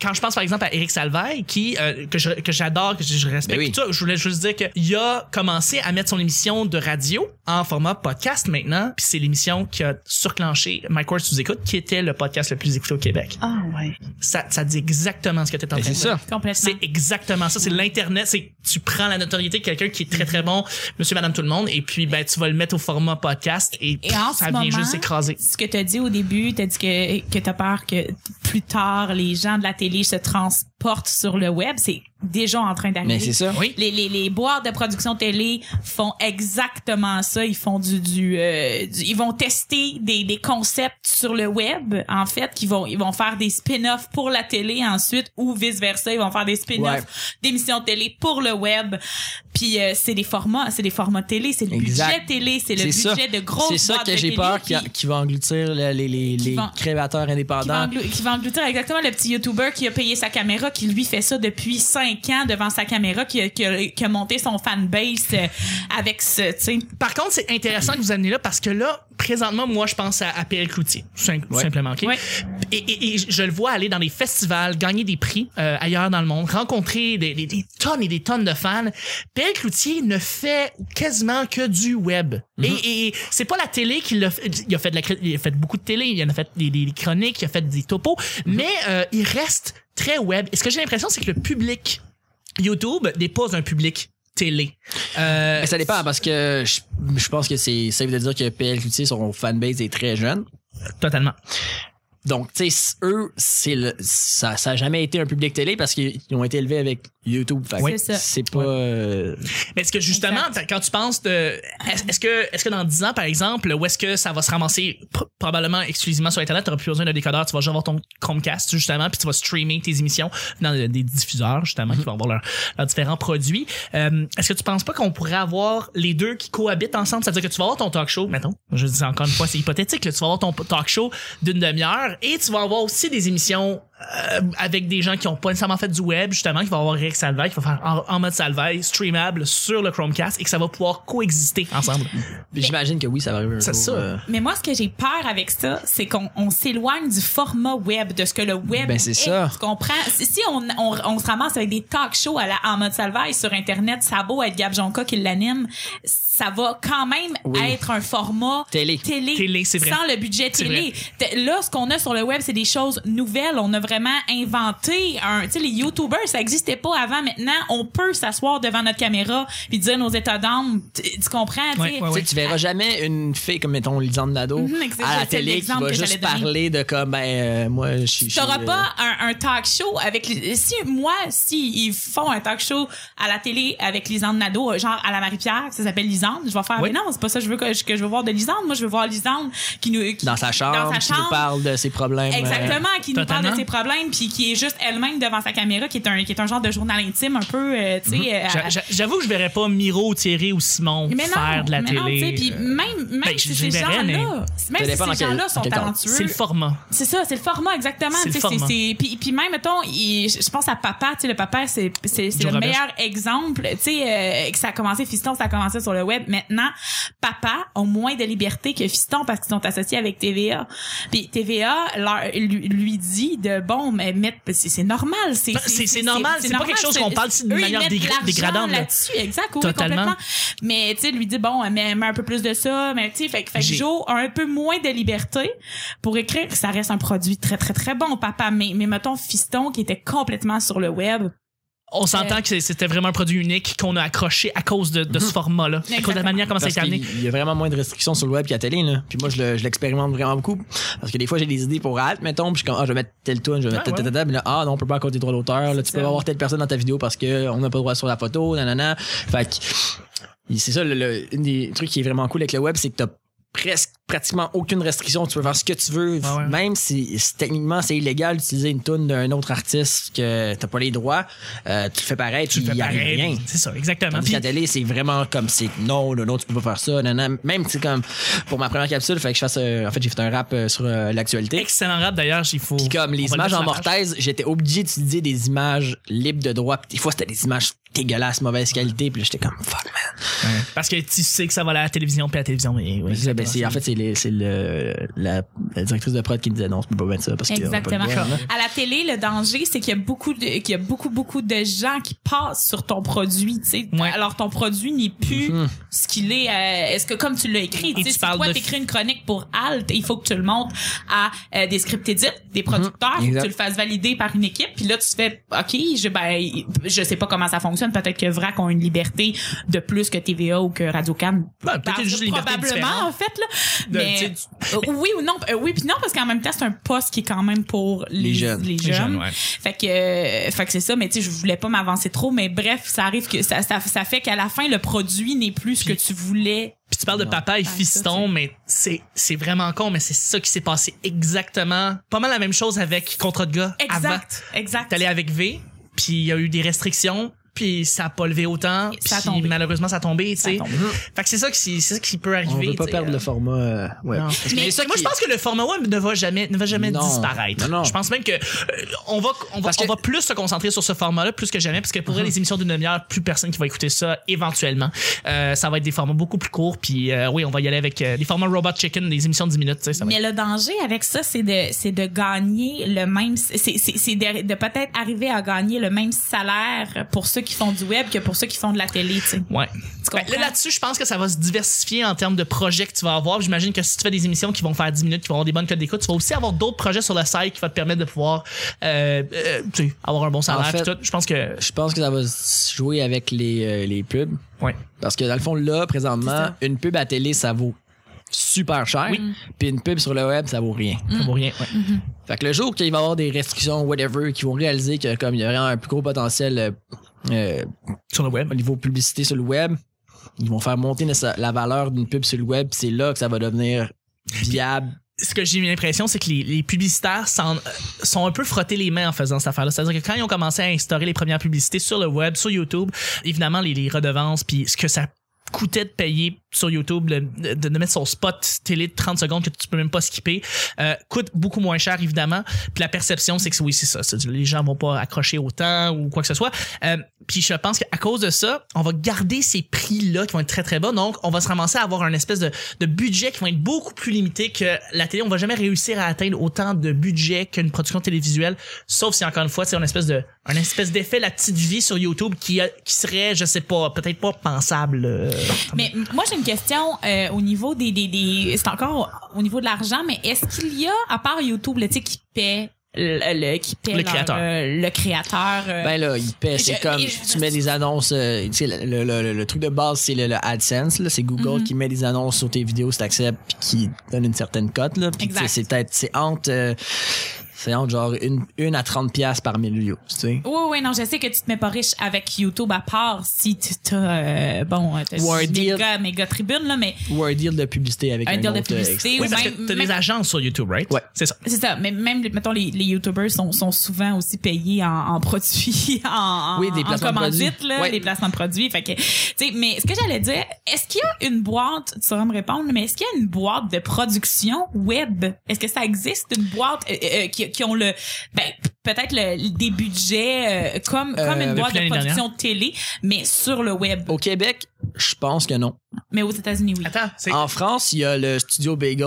Speaker 1: Quand je pense par exemple à Eric Salvaille, qui euh, que je- que j'adore, que, je- je respecte,
Speaker 3: Ben oui.
Speaker 1: tout ça, je voulais juste dire qu'il a commencé à mettre son émission de radio en format podcast maintenant, puis c'est l'émission qui a surclenché My Course vous écoute, qui était le podcast le plus écouté au Québec.
Speaker 5: Ah ouais.
Speaker 1: Ça, ça dit exactement ce que tu
Speaker 3: Ben,
Speaker 1: en train de dire.
Speaker 4: Complètement.
Speaker 1: C'est exactement ça. C'est l'internet. C'est tu prends la notoriété de quelqu'un qui est très
Speaker 4: Mm-hmm.
Speaker 1: très bon, Monsieur, Madame, tout le monde, et puis ben tu vas le mettre au format podcast et,
Speaker 4: Et en
Speaker 1: ça
Speaker 4: ce
Speaker 1: vient
Speaker 4: moment,
Speaker 1: juste écraser.
Speaker 4: ce que tu as dit au début, tu as dit que, que tu as peur que plus tard, les gens de la télé se transportent sur le web. C'est déjà en train d'arriver.
Speaker 3: Mais c'est ça.
Speaker 1: Oui.
Speaker 4: Les, les, les boîtes de production télé font exactement ça. Ils font du, du, euh, du- ils vont tester des, des concepts sur le web, en fait, qui vont, ils vont faire des spin-offs pour la télé ensuite ou vice versa. Ils vont faire des spin-offs
Speaker 3: Ouais.
Speaker 4: d'émissions de télé pour le web. Puis euh, c'est des formats, c'est des formats télé, c'est le
Speaker 3: Exact.
Speaker 4: budget télé, c'est le budget
Speaker 3: ça.
Speaker 4: de grosses
Speaker 3: C'est ça
Speaker 4: boîtes
Speaker 3: que
Speaker 4: de
Speaker 3: j'ai
Speaker 4: télé
Speaker 3: peur
Speaker 4: qui-
Speaker 3: qui, qui va engloutir les, les, les,
Speaker 4: Qui
Speaker 3: les
Speaker 4: vont-
Speaker 3: créateurs
Speaker 4: qui va,
Speaker 3: indépendants.
Speaker 4: englu- qui va engloutir exactement le petit YouTuber qui a payé sa caméra, qui lui fait ça depuis cinq ans devant sa caméra, qui a, qui a- qui a monté son fanbase euh, avec ce, tu sais.
Speaker 1: Par contre, c'est intéressant que vous amenez là parce que là, présentement, moi, je pense à, à Pierre Cloutier, tout sim- tout
Speaker 3: Ouais.
Speaker 1: simplement. ok?
Speaker 4: Ouais.
Speaker 1: Et, et- et je- je le vois aller dans des festivals, gagner des prix euh, ailleurs dans le monde, rencontrer des, des- des tonnes et des tonnes de fans. Pierre Cloutier ne fait quasiment que du web.
Speaker 3: Mhm.
Speaker 1: Et, et c'est pas la télé qui l'a fait. Il a fait, de la, cré- il a fait beaucoup de télé, il en a fait des, des- des chroniques, il a fait des topos,
Speaker 3: Mhm.
Speaker 1: mais euh, il reste très web. Et ce que j'ai l'impression, c'est que le public YouTube n'est pas un public télé. Euh,
Speaker 3: Mais ça dépend parce que je, je pense que c'est ça veut dire que PL Cloutier, son fanbase est très jeune.
Speaker 1: totalement.
Speaker 3: Donc, tu sais, eux, c'est le, ça, ça a jamais été un public télé parce qu'ils ils ont été élevés avec YouTube. Fait que
Speaker 4: Oui. C'est ça.
Speaker 3: C'est pas.
Speaker 1: Ouais.
Speaker 3: euh,
Speaker 1: Mais est-ce que justement,
Speaker 4: Exact.
Speaker 1: t'as- quand tu penses de. Est-ce est-ce que, est-ce que dans 10 ans, par exemple, où est-ce que ça va se ramasser pr- probablement exclusivement sur Internet, t'auras plus besoin d'un décodeur, tu vas juste avoir ton Chromecast, justement, puis tu vas streamer tes émissions dans des des diffuseurs, justement, qui vont avoir leurs leurs différents produits. Euh, est-ce que tu penses pas qu'on pourrait avoir les deux qui cohabitent ensemble? C'est-à-dire que tu vas avoir ton talk show, mettons, je dis encore une fois, c'est hypothétique, là, tu vas avoir ton talk show d'une demi-heure et tu vas avoir aussi des émissions euh, avec des gens qui ont pas nécessairement fait du web, justement, qui vont avoir Rex Salvaille, qui va faire en, en mode Salvaille, streamable sur le Chromecast et que ça va pouvoir coexister ensemble.
Speaker 4: Euh,
Speaker 3: Puis J'imagine que oui, ça va arriver un
Speaker 1: C'est
Speaker 3: jour,
Speaker 1: ça.
Speaker 3: euh,
Speaker 4: Mais moi, ce que j'ai peur avec ça, c'est qu'on on s'éloigne du format web, de ce que le web
Speaker 3: Ben, c'est ça.
Speaker 4: Tu comprends? Si, si on, on, on se ramasse avec des talk shows à la, en mode salvaille sur Internet, ça a beau être Gab Jonca qui l'anime, ça va quand même
Speaker 3: Oui.
Speaker 4: être un format
Speaker 3: Télé.
Speaker 4: télé,
Speaker 1: Télé, c'est vrai.
Speaker 4: sans le budget
Speaker 1: C'est
Speaker 4: télé. T- Là, ce qu'on a sur le web, c'est des choses nouvelles. On a vraiment inventé un... Tu sais, les YouTubers, ça n'existait pas avant. Maintenant, on peut s'asseoir devant notre caméra puis dire nos états d'âme. Tu tu comprends? tu
Speaker 1: Ouais,
Speaker 4: sais?
Speaker 1: ouais,
Speaker 3: Tu sais, tu verras jamais une fille comme mettons Lisanne Nado
Speaker 4: Mhm, exact,
Speaker 3: à la
Speaker 4: c'est
Speaker 3: télé qui
Speaker 4: l'exemple
Speaker 3: va
Speaker 4: que
Speaker 3: juste
Speaker 4: j'allais donner.
Speaker 3: parler de comme ben euh, moi je suis. euh,
Speaker 4: Tu n'auras pas
Speaker 1: euh,
Speaker 4: un, un talk show avec les- si moi si ils font un talk show à la télé avec Lisande Nadeau euh, genre à la Marie-Pierre ça s'appelle Lisande je vais faire
Speaker 1: Oui.
Speaker 4: mais non c'est pas ça que je veux que, je- que je veux voir de Lisande moi je veux voir Lisande qui nous qui-
Speaker 3: dans sa chambre,
Speaker 4: dans sa
Speaker 3: qui nous
Speaker 4: chambre.
Speaker 3: parle de ses problèmes. euh,
Speaker 4: Exactement, qui nous parle de
Speaker 1: euh, Totalement.
Speaker 4: ses problèmes, puis qui est juste elle-même devant sa caméra, qui est un, qui est un genre de journal intime un peu, euh, tu sais. euh,
Speaker 1: Mm-hmm. J'a-
Speaker 4: à-
Speaker 1: j'a- J'avoue que je verrais pas Miro, Thierry ou Simon
Speaker 4: mais non,
Speaker 1: faire de la
Speaker 4: mais non, tu sais,
Speaker 1: télé.
Speaker 4: puis
Speaker 1: Euh,
Speaker 4: même, même
Speaker 1: ben,
Speaker 4: si
Speaker 1: je- je
Speaker 4: ces
Speaker 1: verrais,
Speaker 4: gens-là,
Speaker 1: mais-
Speaker 4: même
Speaker 3: Ça
Speaker 4: si
Speaker 3: dépend dans
Speaker 4: ces
Speaker 3: quel-
Speaker 4: gens-là
Speaker 3: dans
Speaker 4: sont
Speaker 3: quel cadre.
Speaker 4: talentueux,
Speaker 1: c'est le format.
Speaker 4: C'est ça, c'est le format exactement.
Speaker 1: C'est
Speaker 4: Tu
Speaker 1: le
Speaker 4: sais,
Speaker 1: format.
Speaker 4: c'est- Puis, puis même, mettons, il- je pense à papa, tu sais, le papa, c'est c'est- c'est
Speaker 1: Joe
Speaker 4: le
Speaker 1: Roberge.
Speaker 4: meilleur exemple. Tu sais, euh, que ça a commencé, Fiston, ça a commencé sur le web. Maintenant, papa a moins de liberté que Fiston parce qu'ils sont associés avec TVA. Puis TVA leur- lui, lui dit de, bon, mais mettre, c'est c'est normal. C'est
Speaker 1: Ben, c'est- c'est normal, c'est pas quelque chose qu'on parle de
Speaker 4: eux, ils
Speaker 1: manière
Speaker 4: mettent
Speaker 1: dégra-
Speaker 4: l'argent
Speaker 1: dégradante, là.
Speaker 4: là-dessus, exact, oui,
Speaker 1: Totalement.
Speaker 4: complètement. Mais, tu sais, lui dit, bon, mais mets un peu plus de ça. Mais, tu sais, fait, que- fait que
Speaker 1: J'ai-
Speaker 4: Joe a un peu moins de liberté pour écrire. Ça reste un produit très, très, très bon, papa. Mais, mais mettons, Fiston, qui était complètement sur le web.
Speaker 1: On s'entend
Speaker 4: Euh,
Speaker 1: que c'est- c'était vraiment un produit unique qu'on a accroché à cause de, de ce format-là, à cause de la
Speaker 4: Mm-hmm. Exactement.
Speaker 1: manière comment ça a
Speaker 3: Parce
Speaker 1: été
Speaker 3: qu'il-
Speaker 1: amené.
Speaker 3: il y a vraiment moins de restrictions sur le web qu'à la télé. Là. Puis moi, je le- je l'expérimente vraiment beaucoup. Parce que des fois, j'ai des idées pour Alt, mettons. Puis je suis comme, ah, je vais mettre tel tune, je vais mettre
Speaker 1: Ah,
Speaker 3: tel, tel, tel, tel. Mais là, ah, non, on peut pas accorder des droits d'auteur. Là, tu peux
Speaker 4: ça.
Speaker 3: pas avoir telle personne dans ta vidéo parce que on n'a pas le droit sur la photo, nanana. Fait que, c'est ça, le, le- une des trucs qui est vraiment cool avec le web, c'est que t'as presque pratiquement aucune restriction tu peux faire ce que tu veux
Speaker 1: Ah ouais.
Speaker 3: même si, si techniquement c'est illégal d'utiliser une tune d'un autre artiste que t'as pas les droits euh, tu le fais pareil
Speaker 1: Tu
Speaker 3: puis
Speaker 1: fais
Speaker 3: il arrive
Speaker 1: pareil.
Speaker 3: rien
Speaker 1: C'est ça, exactement.
Speaker 3: Tandis qu'à
Speaker 1: Puis-
Speaker 3: la télé, c'est vraiment comme c'est non, non, non, tu peux pas faire ça. Non, non. Même c'est comme pour ma première capsule, fait que je fasse euh, en fait, j'ai fait un rap euh, sur euh, l'actualité.
Speaker 1: Excellent rap d'ailleurs, il faut.
Speaker 3: Puis comme
Speaker 1: on
Speaker 3: les
Speaker 1: va
Speaker 3: images
Speaker 1: le mettre
Speaker 3: en
Speaker 1: sur la page.
Speaker 3: mortaise, j'étais obligé d'utiliser des images libres de droit. Puis Des fois, c'était des images dégueulasses, mauvaise qualité, puis là, j'étais comme fuck man.
Speaker 1: Parce que tu sais que ça va aller à la télévision, puis à la télévision. mais oui,
Speaker 3: Mais c'est- ben, c'est- en fait, c'est les- c'est le la, la directrice de prod qui me disait non, tu peux pas mettre ça parce que on a pas le
Speaker 4: Exactement.
Speaker 3: droit, hein.
Speaker 4: À la télé, le danger, c'est qu'il y a beaucoup de, qu'il y a beaucoup, beaucoup de gens qui passent sur ton produit, tu sais.
Speaker 1: Ouais.
Speaker 4: Alors, ton produit n'est plus
Speaker 3: Mhm.
Speaker 4: ce qu'il est, euh, est-ce que comme tu l'as écrit, tu sais,
Speaker 1: tu
Speaker 4: si
Speaker 1: parles
Speaker 4: toi,
Speaker 1: de-
Speaker 4: t'écris une chronique pour Alt, il faut que tu le montres à euh, des script edits, des producteurs, faut que
Speaker 3: Exact.
Speaker 4: tu le fasses valider par une équipe, puis là, tu fais, OK, je, ben, je sais pas comment ça fonctionne, peut-être que VRAC ont une liberté de plus que TVA ou que Radio-Can.
Speaker 1: Ben, peut-être
Speaker 4: Parce-
Speaker 1: juste une liberté
Speaker 4: probablement,
Speaker 1: différente.
Speaker 4: en fait, là.
Speaker 1: De-
Speaker 4: mais,
Speaker 1: tu sais, tu-
Speaker 4: euh, oui ou non euh, oui puis non parce qu'en même temps c'est un poste qui est quand même pour les,
Speaker 3: Les jeunes.
Speaker 4: les
Speaker 1: Les
Speaker 4: jeunes.
Speaker 1: jeunes, ouais.
Speaker 4: fait que euh, fait que c'est ça mais tu sais je voulais pas m'avancer trop mais bref ça arrive que ça ça, ça fait qu'à la fin le produit n'est plus ce que tu voulais
Speaker 1: Puis tu parles de
Speaker 3: Non.
Speaker 1: papa et
Speaker 4: Ah, ça,
Speaker 1: fiston, mais c'est c'est vraiment con, mais c'est ça qui s'est passé exactement. Pas mal la même chose avec Contrat de gars. Avant.
Speaker 4: exact exact
Speaker 1: T'es allé avec V, puis il y a eu des restrictions, puis ça a pas levé autant,
Speaker 4: Et ça a
Speaker 1: puis
Speaker 4: tombé.
Speaker 1: malheureusement ça a tombé, tu
Speaker 4: Ça
Speaker 1: sais.
Speaker 4: tombe.
Speaker 1: Fait que c'est ça qui c'est ça qui peut arriver.
Speaker 3: On veut
Speaker 1: tu
Speaker 3: pas
Speaker 1: sais,
Speaker 3: perdre
Speaker 1: euh,
Speaker 3: le format euh, web.
Speaker 1: non.
Speaker 3: Parce que
Speaker 1: Mais
Speaker 3: c'est ça
Speaker 1: moi,
Speaker 3: qui-
Speaker 1: je pense que le format web ne va jamais, ne va jamais
Speaker 3: Non.
Speaker 1: disparaître.
Speaker 3: Non, non.
Speaker 1: Je pense même que euh, on va, on va,
Speaker 3: Parce que- Uh-huh.
Speaker 1: on va plus se concentrer sur ce format-là plus que jamais, parce que pour les émissions d'une demi-heure, plus personne qui va écouter ça éventuellement. Euh, ça va être des formats beaucoup plus courts, puis euh, oui, on va y aller avec euh, les formats Robot Chicken, des émissions de 10 minutes, tu sais, ça va
Speaker 4: mais le danger avec ça c'est de c'est de gagner le même c'est c'est c'est de, de peut-être arriver à gagner le même salaire pour ceux qui font du web que pour ceux qui font de la télé tu sais
Speaker 1: être- Ouais. Ben,
Speaker 4: comprends?
Speaker 1: là, dessus je pense que ça va se diversifier en termes de projets que tu vas avoir. J'imagine que si tu fais des émissions qui vont faire 10 minutes, qui vont avoir des bonnes codes d'écoute, tu vas aussi avoir d'autres projets sur le site qui va te permettre de pouvoir euh, euh, tu sais, avoir un bon salaire.
Speaker 3: fait-
Speaker 1: puis tout. Je pense que...
Speaker 3: je pense que ça va se jouer avec les, euh, les pubs.
Speaker 1: Ouais.
Speaker 3: Parce que dans le fond, là, présentement, une pub à télé, ça vaut super cher.
Speaker 1: Oui. Mm.
Speaker 3: Puis une pub sur le web, ça vaut rien.
Speaker 1: Ça vaut rien.
Speaker 4: Mm.
Speaker 1: ouais.
Speaker 3: Fait que le jour qu'il va y avoir des restrictions, whatever, qui vont réaliser que comme il y aurait un plus gros potentiel euh, euh,
Speaker 1: Sur le web.
Speaker 3: au niveau publicité sur le web, ils vont faire monter la la valeur d'une pub sur le web. puis C'est là que ça va devenir viable.
Speaker 1: ce que j'ai eu l'impression, c'est que les, les publicitaires s'en- euh, sont un peu frottés les mains en faisant cette affaire-là. C'est-à-dire que quand ils ont commencé à instaurer les premières publicités sur le web, sur YouTube, évidemment, les, les redevances, puis ce que ça coûtait de payer sur YouTube le- de, de mettre son spot télé de 30 secondes que tu peux même pas skipper euh, coûte beaucoup moins cher évidemment puis la perception c'est que c'est- oui c'est ça C'est- les gens vont pas accrocher autant ou quoi que ce soit Euh, puis je pense qu'à cause de ça on va garder ces prix là qui vont être très très bas donc on va se ramasser à avoir un espèce de, de budget qui va être beaucoup plus limité que la télé on va jamais réussir à atteindre autant de budget qu'une production télévisuelle sauf si encore une fois c'est un espèce de un espèce d'effet la petite vie sur YouTube qui a- qui serait je sais pas peut-être pas pensable euh,
Speaker 4: Mais m- moi, j'ai une question euh, au niveau des... des, des c'est encore au au niveau de l'argent, mais est-ce qu'il y a, à part YouTube, là, tu sais, qui paie le, le- qui paie
Speaker 1: Le
Speaker 4: leur,
Speaker 1: créateur.
Speaker 4: euh, le créateur euh,
Speaker 3: Ben là, il paie. C'est
Speaker 4: Je-
Speaker 3: comme
Speaker 4: je-
Speaker 3: tu mets des annonces. euh, tu sais, le, le, le- le truc de base, c'est le, le AdSense. là. C'est Google
Speaker 4: Mhm.
Speaker 3: qui met des annonces sur tes vidéos si t'acceptes puis qui donne une certaine cote. là. Puis tu sais,
Speaker 4: Exact.
Speaker 3: c'est peut-être c'est entre euh, c'est entre genre une, une à 30 pièces par mille views. Tu sais.
Speaker 4: Oui, oui, non, je sais que tu te mets pas riche avec YouTube à part si tu t'as, euh, bon, euh, t'as
Speaker 3: Ou un
Speaker 4: une
Speaker 3: deal.
Speaker 4: méga, méga tribune, là, mais
Speaker 3: Ou un deal de publicité avec
Speaker 4: Un
Speaker 3: un,
Speaker 4: deal de
Speaker 3: autre, euh,
Speaker 4: publicité
Speaker 3: extrait.
Speaker 1: Oui, parce
Speaker 4: même-
Speaker 1: que t'as
Speaker 4: même-
Speaker 1: des agences sur YouTube, right?
Speaker 3: Ouais.
Speaker 1: C'est ça.
Speaker 4: c'est ça. Mais même, mettons, les, les YouTubers sont, sont souvent aussi payés en, en produits, (laughs) en, en-
Speaker 3: Oui, des
Speaker 4: en
Speaker 3: placements de
Speaker 4: commandite,
Speaker 3: produits.
Speaker 4: là,
Speaker 3: Ouais.
Speaker 4: des placements de produits. Fait que, tu sais, mais ce que j'allais dire, est-ce qu'il y a une boîte, tu sauras me répondre, mais est-ce qu'il y a une boîte de production web? Est-ce que ça existe, une boîte euh, euh, qui, qui ont le, ben, p- peut-être le, des budgets euh, comme,
Speaker 3: Euh,
Speaker 4: comme une
Speaker 3: depuis
Speaker 4: boîte de
Speaker 1: l'année
Speaker 4: production télé, mais sur le web?
Speaker 3: Au Québec, je pense que non.
Speaker 4: Mais aux États-Unis, oui.
Speaker 1: Attends, c'est.
Speaker 3: En France, il y a le studio Bagel,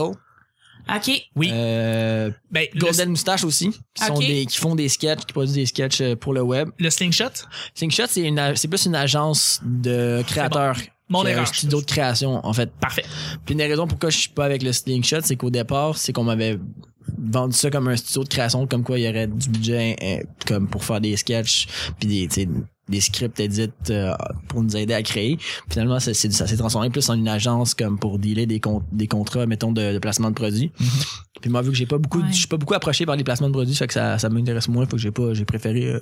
Speaker 4: OK.
Speaker 1: Oui.
Speaker 3: euh,
Speaker 1: ben, le-
Speaker 3: Golden Moustache aussi, qui, sont
Speaker 4: Ok.
Speaker 3: des, qui font des sketchs, qui produisent des sketchs euh, pour le web.
Speaker 1: le slingshot?
Speaker 3: Slingshot, c'est une a- c'est plus une agence de créateurs.
Speaker 1: Mon
Speaker 3: qui a Un
Speaker 1: erreur.
Speaker 3: studio de création, en fait.
Speaker 1: Parfait.
Speaker 3: Puis une des raisons pourquoi je suis pas avec le Slingshot, c'est qu'au départ, c'est qu'on m'avait vendu ça comme un studio de création, comme quoi il y aurait du budget euh, comme pour faire des sketchs, puis des, tu sais, des scripts edits euh, pour nous aider à créer. Finalement, ça, c'est- ça s'est transformé plus en une agence comme pour dealer des, con- des contrats, mettons, de, de placement de produits.
Speaker 1: Mm-hmm.
Speaker 3: Puis moi, vu que j'ai pas beaucoup,
Speaker 4: Ouais.
Speaker 3: je suis pas beaucoup approché par les placements de produits, fait que ça, ça m'intéresse moins, faut que j'ai pas, j'ai préféré euh,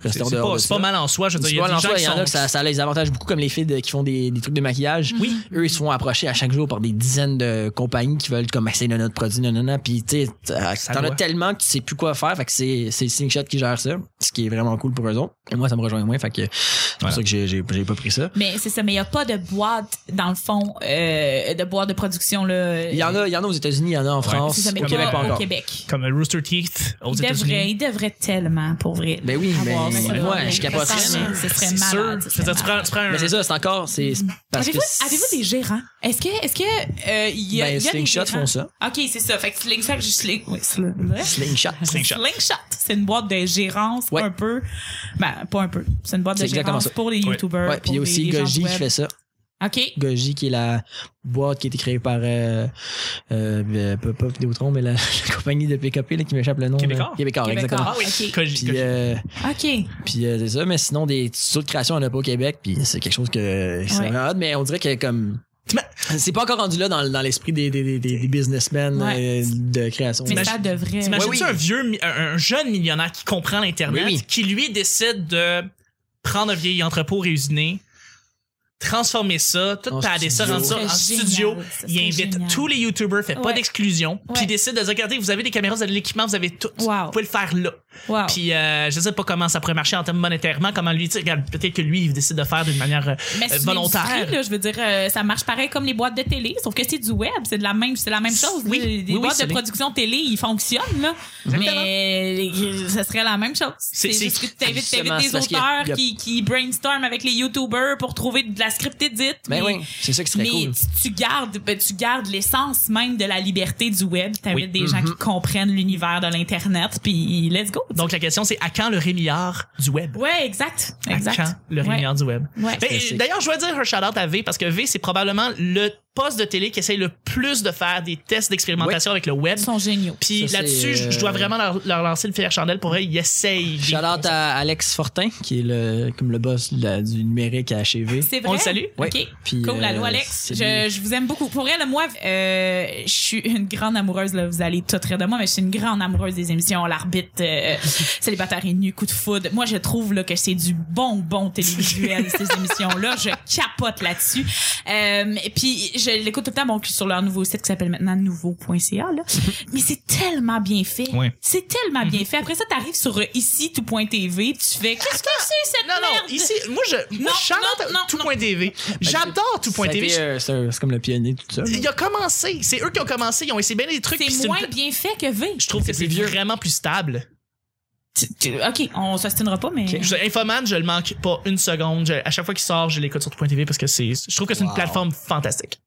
Speaker 1: C'est
Speaker 3: rester en
Speaker 1: c'est
Speaker 3: dehors
Speaker 1: pas,
Speaker 3: de
Speaker 1: c'est
Speaker 3: ça.
Speaker 1: pas mal en soi. Je veux dire,
Speaker 3: Tu
Speaker 1: il y
Speaker 3: vois,
Speaker 1: a des gens
Speaker 3: l'emploi,
Speaker 1: qui
Speaker 3: il y en
Speaker 1: sont.
Speaker 3: a que ça, ça a les avantages beaucoup comme les filles de- qui font des, des trucs de maquillage.
Speaker 1: Oui.
Speaker 3: Eux, ils se font approcher à chaque jour par des dizaines de compagnies qui veulent comme essayer de notre produit, nanana. Puis, tu sais, t'as-
Speaker 1: Ça
Speaker 3: t'en as
Speaker 1: doit.
Speaker 3: tellement que tu sais plus quoi faire. Fait que c'est, c'est le Slingshot qui gère ça, ce qui est vraiment cool pour eux autres. Et moi, ça me rejoint moins. Fait que c'est pour
Speaker 1: Voilà.
Speaker 3: ça que j'ai, j'ai, j'ai pas pris ça.
Speaker 4: Mais c'est ça, mais il n'y a pas de boîte, dans le fond, euh, de boîte de production. Là,
Speaker 3: Il y en a, il y en a aux États-Unis, il y en a en France.
Speaker 4: C'est ça, mais
Speaker 3: au
Speaker 4: pas
Speaker 3: Québec, pas
Speaker 4: au
Speaker 3: encore.
Speaker 4: Québec.
Speaker 1: Comme le Rooster Teeth aux
Speaker 4: Il devrait,
Speaker 1: États-Unis.
Speaker 4: il devrait tellement, pour vrai.
Speaker 3: Ben oui, mais
Speaker 4: avoir ça.
Speaker 3: moi, je capoterais.
Speaker 4: C'est
Speaker 3: là.
Speaker 4: sûr. Ce serait
Speaker 1: C'est
Speaker 4: malade,
Speaker 1: sûr.
Speaker 4: ce
Speaker 1: Je veux dire,
Speaker 4: serait
Speaker 1: tu prends, tu prends un.
Speaker 3: Mais c'est ça, c'est encore, c'est c'est parce
Speaker 4: Avez-vous
Speaker 3: que. c'est-
Speaker 4: avez-vous des gérants? Est-ce que, est-ce que, euh, il y a,
Speaker 3: Ben,
Speaker 4: il y a des
Speaker 3: Slingshot
Speaker 4: gérants?
Speaker 3: font ça.
Speaker 4: OK, c'est ça. Fait que Slingshot, je sling, oui, c'est le- vrai.
Speaker 3: Slingshot.
Speaker 1: Slingshot.
Speaker 4: Slingshot, c'est une boîte de gérance
Speaker 3: Ouais.
Speaker 4: un peu. Ben, pas un peu. C'est une boîte de
Speaker 3: C'est exactement
Speaker 4: gérance
Speaker 3: ça.
Speaker 4: pour les YouTubers.
Speaker 3: Ouais, puis il y a
Speaker 4: pour
Speaker 3: aussi
Speaker 4: les- les gens
Speaker 3: Goji
Speaker 4: de
Speaker 3: qui
Speaker 4: web.
Speaker 3: fait ça.
Speaker 4: OK.
Speaker 3: Goji, qui est la boîte qui a été créée par euh, euh, euh, pas, pas Vidéotron, mais la, (laughs) la compagnie de PKP là, qui m'échappe le nom.
Speaker 1: Québécois.
Speaker 3: là. Québécois, exactement.
Speaker 4: Québécois.
Speaker 1: Ah oui,
Speaker 4: Ok.
Speaker 1: que j'ai-
Speaker 3: Puis,
Speaker 1: que j'ai-
Speaker 3: euh,
Speaker 1: Ah
Speaker 4: OK.
Speaker 3: puis euh, c'est ça, mais sinon, des studios de création, on n'a pas au Québec, puis c'est quelque chose que c'est
Speaker 4: Ouais.
Speaker 3: vraiment hot, mais on dirait que comme. C'est pas encore rendu là dans, dans l'esprit des, des, des, des- des businessmen
Speaker 4: Ouais.
Speaker 3: euh, de création.
Speaker 4: Mais
Speaker 3: là.
Speaker 4: ça devrait.
Speaker 1: T'imagines-tu
Speaker 3: oui.
Speaker 1: un vieux, mi- un un jeune millionnaire qui comprend l'Internet,
Speaker 3: Oui, oui.
Speaker 1: qui lui décide de prendre un vieil entrepôt réusiné, transformer ça, tout
Speaker 3: En
Speaker 1: pader ça,
Speaker 3: studio.
Speaker 1: rendre ça en
Speaker 4: Ce serait
Speaker 1: studio.
Speaker 4: génial. Ce
Speaker 1: Il
Speaker 4: serait
Speaker 1: invite
Speaker 4: génial.
Speaker 1: tous les YouTubers, fait pas
Speaker 4: Ouais.
Speaker 1: d'exclusion, puis
Speaker 4: Ouais.
Speaker 1: il décide de dire, regardez, vous avez des caméras, vous avez de l'équipement, vous avez tout.
Speaker 4: Wow.
Speaker 1: Vous pouvez le faire là.
Speaker 4: Wow.
Speaker 1: Puis euh, je sais pas comment ça pourrait marcher en termes monétairement, comment lui, tu sais, regarde, peut-être que lui, il décide de faire d'une manière euh,
Speaker 4: Mais c'est
Speaker 1: euh,
Speaker 4: une
Speaker 1: volontaire.
Speaker 4: industrie, là, je veux dire, euh, ça marche pareil comme les boîtes de télé, sauf que c'est du web, c'est de la même, c'est la même chose.
Speaker 1: Oui,
Speaker 4: là.
Speaker 1: oui,
Speaker 4: les
Speaker 1: oui,
Speaker 4: boîtes
Speaker 1: c'est
Speaker 4: de
Speaker 1: vrai.
Speaker 4: production télé, ils fonctionnent là, mais euh, ça serait la même chose. C'est
Speaker 1: c'est-
Speaker 4: juste que t'invites,
Speaker 3: justement,
Speaker 4: t'invites
Speaker 3: c'est
Speaker 4: des
Speaker 3: parce qu'il y a-
Speaker 4: auteurs
Speaker 3: il y a-
Speaker 4: qui, qui brainstorm avec les youtubers pour trouver de la script edit.
Speaker 3: Ben
Speaker 4: mais-
Speaker 3: oui, c'est ça qui serait
Speaker 4: Mais
Speaker 3: cool.
Speaker 4: tu, tu gardes, ben, tu gardes l'essence même de la liberté du web. T'invites
Speaker 1: Oui.
Speaker 4: des gens qui comprennent l'univers de l'internet, puis let's go.
Speaker 1: Donc la question, c'est à quand le Rémillard du web?
Speaker 4: ouais, exact,
Speaker 1: À
Speaker 4: exact.
Speaker 1: quand le
Speaker 4: Ouais.
Speaker 1: Rémillard du web?
Speaker 4: Ouais.
Speaker 1: Ben,
Speaker 3: Classique.
Speaker 1: D'ailleurs, je vais dire un shout-out à V parce que V, c'est probablement le poste de télé qui essaye le plus de faire des tests d'expérimentation avec le web.
Speaker 4: Ils sont géniaux.
Speaker 1: Puis
Speaker 3: Ça,
Speaker 1: là-dessus,
Speaker 3: c'est,
Speaker 1: je- je dois
Speaker 3: euh,
Speaker 1: vraiment leur, leur lancer le fier chandelle. Pour vrai, ils essayent. des-
Speaker 3: Shout-out à Alex Fortin, qui est le, comme le boss de la- du numérique à HV.
Speaker 4: C'est vrai.
Speaker 1: On le salue?
Speaker 3: Ouais.
Speaker 4: OK.
Speaker 3: Puis,
Speaker 4: cool,
Speaker 3: euh,
Speaker 4: allô Alex.
Speaker 3: c'est
Speaker 4: Je,
Speaker 3: lui.
Speaker 4: je vous aime beaucoup. Pour elle, moi, euh, je suis une grande amoureuse, là, vous allez tout rire de moi, mais je suis une grande amoureuse des émissions L'arbitre, euh, Célibataire et nu, Coup de foudre. Moi, je trouve là, que c'est du
Speaker 1: (laughs)
Speaker 4: bon, bon télévisuel, ces émissions-là. Je capote là-dessus. Euh, et puis, je- je l'écoute tout le temps, bon, sur leur nouveau site qui s'appelle maintenant nouveau.ca, là. Mais c'est tellement bien fait.
Speaker 1: Mhm. Oui. Mhm.
Speaker 4: C'est tellement bien fait. Après ça, t'arrives sur euh, ici, tout.tv, tu fais, qu'est-ce que c'est, cette
Speaker 1: Non, non,
Speaker 4: merde?
Speaker 1: ici, moi, je, moi,
Speaker 4: Non,
Speaker 1: je chante
Speaker 4: non, non,
Speaker 1: tout.tv. J'adore
Speaker 3: Ça a été,
Speaker 1: tout.tv.
Speaker 3: euh, C'est c'est comme le pionnier, tout ça.
Speaker 1: Il a commencé. C'est eux qui ont commencé. Ils ont essayé bien des trucs. puis
Speaker 4: C'est
Speaker 1: une
Speaker 4: moins
Speaker 1: pla-
Speaker 4: bien fait que V.
Speaker 1: Je trouve que c'est vraiment plus stable.
Speaker 4: Tu- tu- OK, on s'ostinera pas, mais.
Speaker 1: Je, Infoman, je le manque pas une seconde. Je- à chaque fois qu'il sort, je l'écoute sur tout.tv parce que c'est, je trouve que c'est
Speaker 3: Wow.
Speaker 1: une plateforme fantastique.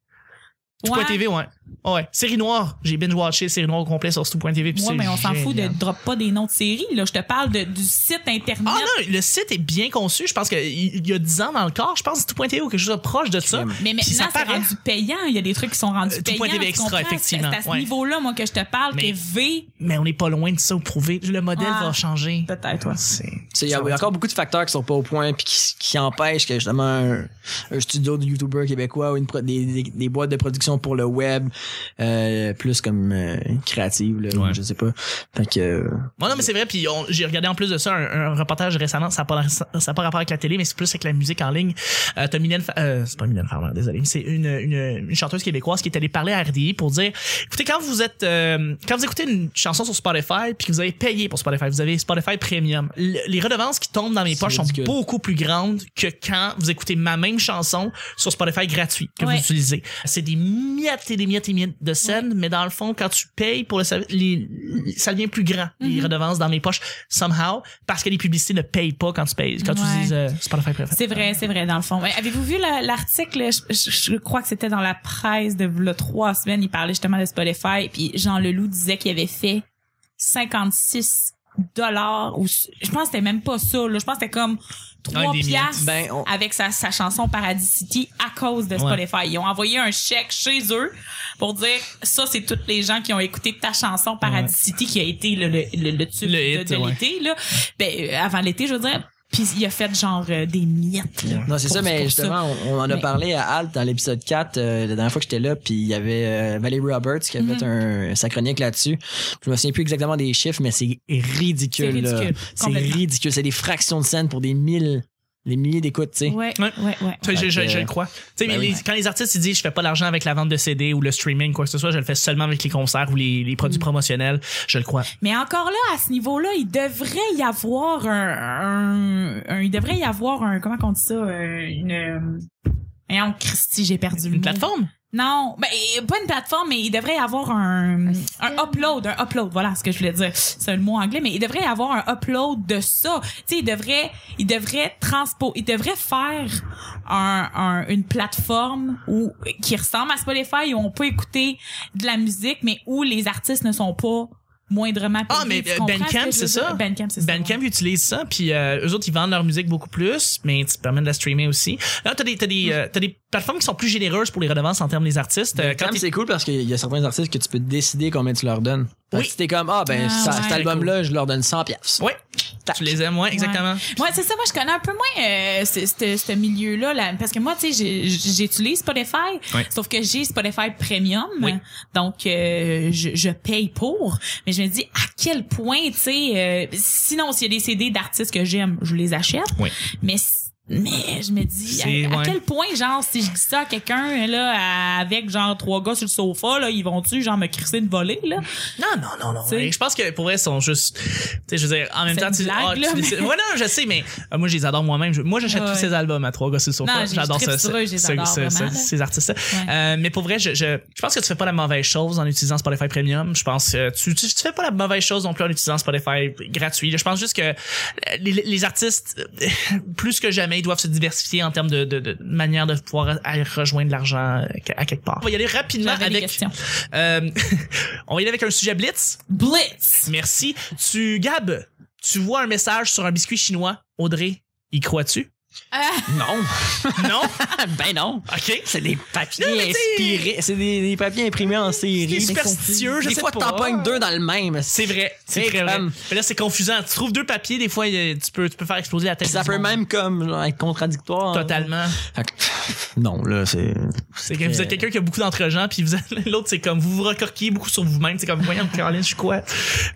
Speaker 4: Ouais.
Speaker 1: Tout.tv, ouais. Ouais. Série noire. J'ai binge-watché série noire au complet sur tout.tv. puis
Speaker 4: Ouais,
Speaker 1: c'est
Speaker 4: mais on s'en fout de
Speaker 1: génial.
Speaker 4: drop pas des noms de séries, là. Je te parle de, du site internet.
Speaker 1: Ah non, le site est bien conçu. Je pense qu'il y a 10 ans dans le corps, je pense que tout.tv ou quelque chose de proche de ça.
Speaker 3: Crème.
Speaker 4: Mais
Speaker 1: Puis
Speaker 4: maintenant,
Speaker 1: ça
Speaker 4: c'est
Speaker 1: paraît.
Speaker 4: rendu payant. Il y a des trucs qui sont rendus
Speaker 1: Euh, tout
Speaker 4: payants.
Speaker 1: point TV
Speaker 4: tu
Speaker 1: extra,
Speaker 4: comprends? C'est-
Speaker 1: effectivement,
Speaker 4: C'est à ce
Speaker 1: ouais.
Speaker 4: niveau-là, moi, que je te parle,
Speaker 1: Mais-
Speaker 4: que V,
Speaker 1: Mais on n'est pas loin de ça pour prouver. Le modèle
Speaker 4: Ah.
Speaker 1: va changer.
Speaker 4: peut-être, ouais.
Speaker 1: C'est-
Speaker 3: Tu sais, Il y, a il y a encore beaucoup de facteurs qui sont pas au point puis qui, qui empêchent que justement un, un studio de youtubeurs québécois ou une pro- des, des, des boîtes de production pour le web euh, plus comme euh, créative là,
Speaker 1: Ouais.
Speaker 3: je sais pas fait que euh,
Speaker 1: Ouais, non, mais c'est vrai. Puis on- j'ai regardé en plus de ça un, un reportage récemment. Ça n'a pas, ça a pas rapport avec la télé, mais c'est plus avec la musique en ligne. Euh, T'as Mylène, Fa- euh, c'est pas Mylène Farmer, désolé. C'est une, une, une chanteuse québécoise qui est allée parler à RDI pour dire, écoutez, quand vous êtes, euh, quand vous écoutez une chanson sur Spotify puis que vous avez payé pour Spotify, vous avez Spotify Premium. le- les redevances qui tombent dans mes
Speaker 3: C'est
Speaker 1: poches sont
Speaker 3: ridicule.
Speaker 1: beaucoup plus grandes que quand vous écoutez ma même chanson sur Spotify gratuit que
Speaker 4: Ouais.
Speaker 1: vous utilisez. C'est des miettes et des miettes et miettes de scènes, mais dans le fond, quand tu payes pour le service, les- les- ça devient plus grand,
Speaker 4: Mm-hmm.
Speaker 1: les redevances dans mes poches, somehow, parce que les publicités ne payent pas quand tu payes, quand tu
Speaker 4: Ouais.
Speaker 1: dis euh, Spotify préféré.
Speaker 4: C'est vrai, c'est vrai, dans le fond. Ouais, Avez-vous vu la- l'article? Je, je- je crois que c'était dans la presse de là, trois semaines. Il parlait justement de Spotify. Puis Jean Leloup disait qu'il avait fait 56 dollars ou je pense que c'était même pas ça là. je pense que c'était comme 3
Speaker 1: des miettes.
Speaker 4: piastres
Speaker 3: Ben, on-
Speaker 4: avec sa, sa chanson Paradis City à cause de Spotify ils ont envoyé un chèque chez eux pour dire ça c'est toutes les gens qui ont écouté ta chanson Paradis City qui a été le, le, le, le tube
Speaker 1: Le
Speaker 4: de-
Speaker 1: hit,
Speaker 4: de,
Speaker 1: ouais.
Speaker 4: l'été là ben euh, avant l'été je veux dire puis il a fait genre euh, des miettes là,
Speaker 3: non c'est
Speaker 4: pour-
Speaker 3: ça mais
Speaker 4: pour
Speaker 3: justement on, on en a
Speaker 4: Mais-
Speaker 3: parlé à Alt dans l'épisode 4 euh, la dernière fois que j'étais là puis il y avait euh, Valérie Roberts qui avait fait un, sa chronique là-dessus je me souviens plus exactement des chiffres mais c'est ridicule
Speaker 4: C'est
Speaker 3: là.
Speaker 4: ridicule,
Speaker 3: c'est
Speaker 4: complètement.
Speaker 3: ridicule c'est des fractions de scènes pour des mille des milliers d'écoutes tu sais
Speaker 4: Ouais, ouais, ouais. ouais.
Speaker 1: Tu sais, Je, je-
Speaker 3: Fait que-
Speaker 1: je le crois. Tu sais,
Speaker 3: Ben
Speaker 1: mais
Speaker 3: oui.
Speaker 1: les- quand les artistes ils disent je fais pas d'argent avec la vente de CD ou le streaming, quoi que ce soit, je le fais seulement avec les concerts ou les, les
Speaker 4: Mm.
Speaker 1: produits promotionnels, je le crois.
Speaker 4: Mais encore là, à ce niveau-là, il devrait y avoir un, un- un- il devrait y avoir un, comment qu'on dit ça, euh, une, euh, voyons, Christy, j'ai perdu le
Speaker 1: Une
Speaker 4: mot.
Speaker 1: plateforme?
Speaker 4: Non, ben, pas une plateforme, mais il devrait y avoir un,
Speaker 2: système.
Speaker 4: un upload, un upload, voilà ce que je voulais dire. C'est le mot anglais, mais il devrait y avoir un upload de ça. Tu sais, il devrait, il devrait transpo, il devrait faire un, un- une plateforme où, qui ressemble à Spotify où on peut écouter de la musique, mais où les artistes ne sont pas moindrement payés.
Speaker 1: Ah, mais,
Speaker 4: Tu
Speaker 1: euh,
Speaker 4: comprends
Speaker 1: Bandcamp,
Speaker 4: ce que je veux
Speaker 1: c'est
Speaker 4: dire?
Speaker 1: ça?
Speaker 4: Bandcamp, c'est ça.
Speaker 1: Bandcamp utilise ça, puis euh, eux autres, ils vendent leur musique beaucoup plus, mais tu te permets de la streamer aussi. Là, t'as des, t'as des, euh, t'as des plateformes qui sont plus généreuses pour les redevances en termes des artistes. Euh,
Speaker 3: Quand
Speaker 1: Quand t'es-
Speaker 3: c'est cool parce qu'il y a certains artistes que tu peux décider combien tu leur donnes. Fait que
Speaker 1: Oui.
Speaker 3: Si t'es comme, ah ben,
Speaker 4: Ah,
Speaker 3: ça-
Speaker 4: ouais.
Speaker 3: cet album-là, je leur donne 100 piastres.
Speaker 1: Ouais, tu les aimes, ouais, exactement.
Speaker 4: Ouais, c'est ça. Moi, je connais un peu moins euh, ce, ce- ce milieu-là, là, parce que moi, tu sais, j'ai- j'utilise Spotify,
Speaker 1: Ouais.
Speaker 4: sauf que j'ai Spotify Premium,
Speaker 1: Oui.
Speaker 4: donc euh, je, je paye pour. Mais je me dis à quel point, tu sais, euh, sinon s'il y a des CD d'artistes que j'aime, je les achète.
Speaker 1: Oui.
Speaker 4: Mais si- mais je me dis à,
Speaker 1: C'est-
Speaker 4: à
Speaker 1: ouais.
Speaker 4: quel point genre si je dis ça à quelqu'un là à- avec genre trois gars sur le sofa là ils vont tu genre me crisser de voler là
Speaker 1: Non, non, non, non.
Speaker 4: T'sais.
Speaker 1: Mais Je pense que pour vrai, ils sont juste. Tu sais, je veux dire, en même
Speaker 4: C'est
Speaker 1: temps,
Speaker 4: une
Speaker 1: tu. ah,
Speaker 4: blague,
Speaker 1: tu
Speaker 4: là, mais-
Speaker 1: décides- Ouais, non, je sais, mais euh, moi, je les adore moi-même. Je- Moi, j'achète
Speaker 4: Ouais.
Speaker 1: tous ces albums à trois gars sur le sofa.
Speaker 4: Non, j'ai-
Speaker 1: J'adore
Speaker 4: je
Speaker 1: ça.
Speaker 4: tripe sur eux, je les
Speaker 1: ce-
Speaker 4: adore
Speaker 1: ce-
Speaker 4: vraiment,
Speaker 1: ce-
Speaker 4: là.
Speaker 1: ces artistes-là.
Speaker 4: Ouais.
Speaker 1: Euh, mais pour vrai, je, je, je pense que tu fais pas la mauvaise chose en utilisant Spotify Premium. Je pense que tu, tu, tu fais pas la mauvaise chose non plus en utilisant Spotify gratuit. Je pense juste que euh, les, les artistes, euh, plus que jamais, ils doivent se diversifier en termes de, de, de manière de pouvoir aller rejoindre l'argent euh, à quelque part. On va y aller rapidement
Speaker 4: J'avais des
Speaker 1: avec.
Speaker 4: questions.
Speaker 1: Euh, (laughs) on va y aller avec un sujet blitz.
Speaker 4: Blitz
Speaker 1: Merci. Tu, Gab, tu vois un message sur un biscuit chinois. Audrey, y crois-tu?
Speaker 4: Ah!
Speaker 3: Non.
Speaker 1: (laughs) Non?
Speaker 3: (laughs) ben non.
Speaker 1: OK.
Speaker 3: C'est des papiers
Speaker 1: Non, mais t'sais-
Speaker 3: inspirés. C'est des, des papiers imprimés en série.
Speaker 1: des superstitieux, je
Speaker 3: Des
Speaker 1: sais
Speaker 3: fois,
Speaker 1: pas.
Speaker 3: t'en pognes deux dans le même.
Speaker 1: C'est vrai. C'est
Speaker 3: Hey,
Speaker 1: très vrai.
Speaker 3: femme.
Speaker 1: Mais là, c'est confusant. Tu trouves deux papiers, des fois, euh, tu peux, tu peux faire exploser la tête.
Speaker 3: Ça
Speaker 1: du
Speaker 3: peut
Speaker 1: monde.
Speaker 3: même comme genre, être contradictoire.
Speaker 1: Totalement.
Speaker 3: Fait que- Non, là, c'est.
Speaker 1: C'est que vous êtes quelqu'un qui a beaucoup d'entre-gens, puis vous êtes- (laughs) l'autre, c'est comme vous vous recorquillez beaucoup sur vous-même. C'est comme, (laughs) voyons, Caroline, je suis quoi?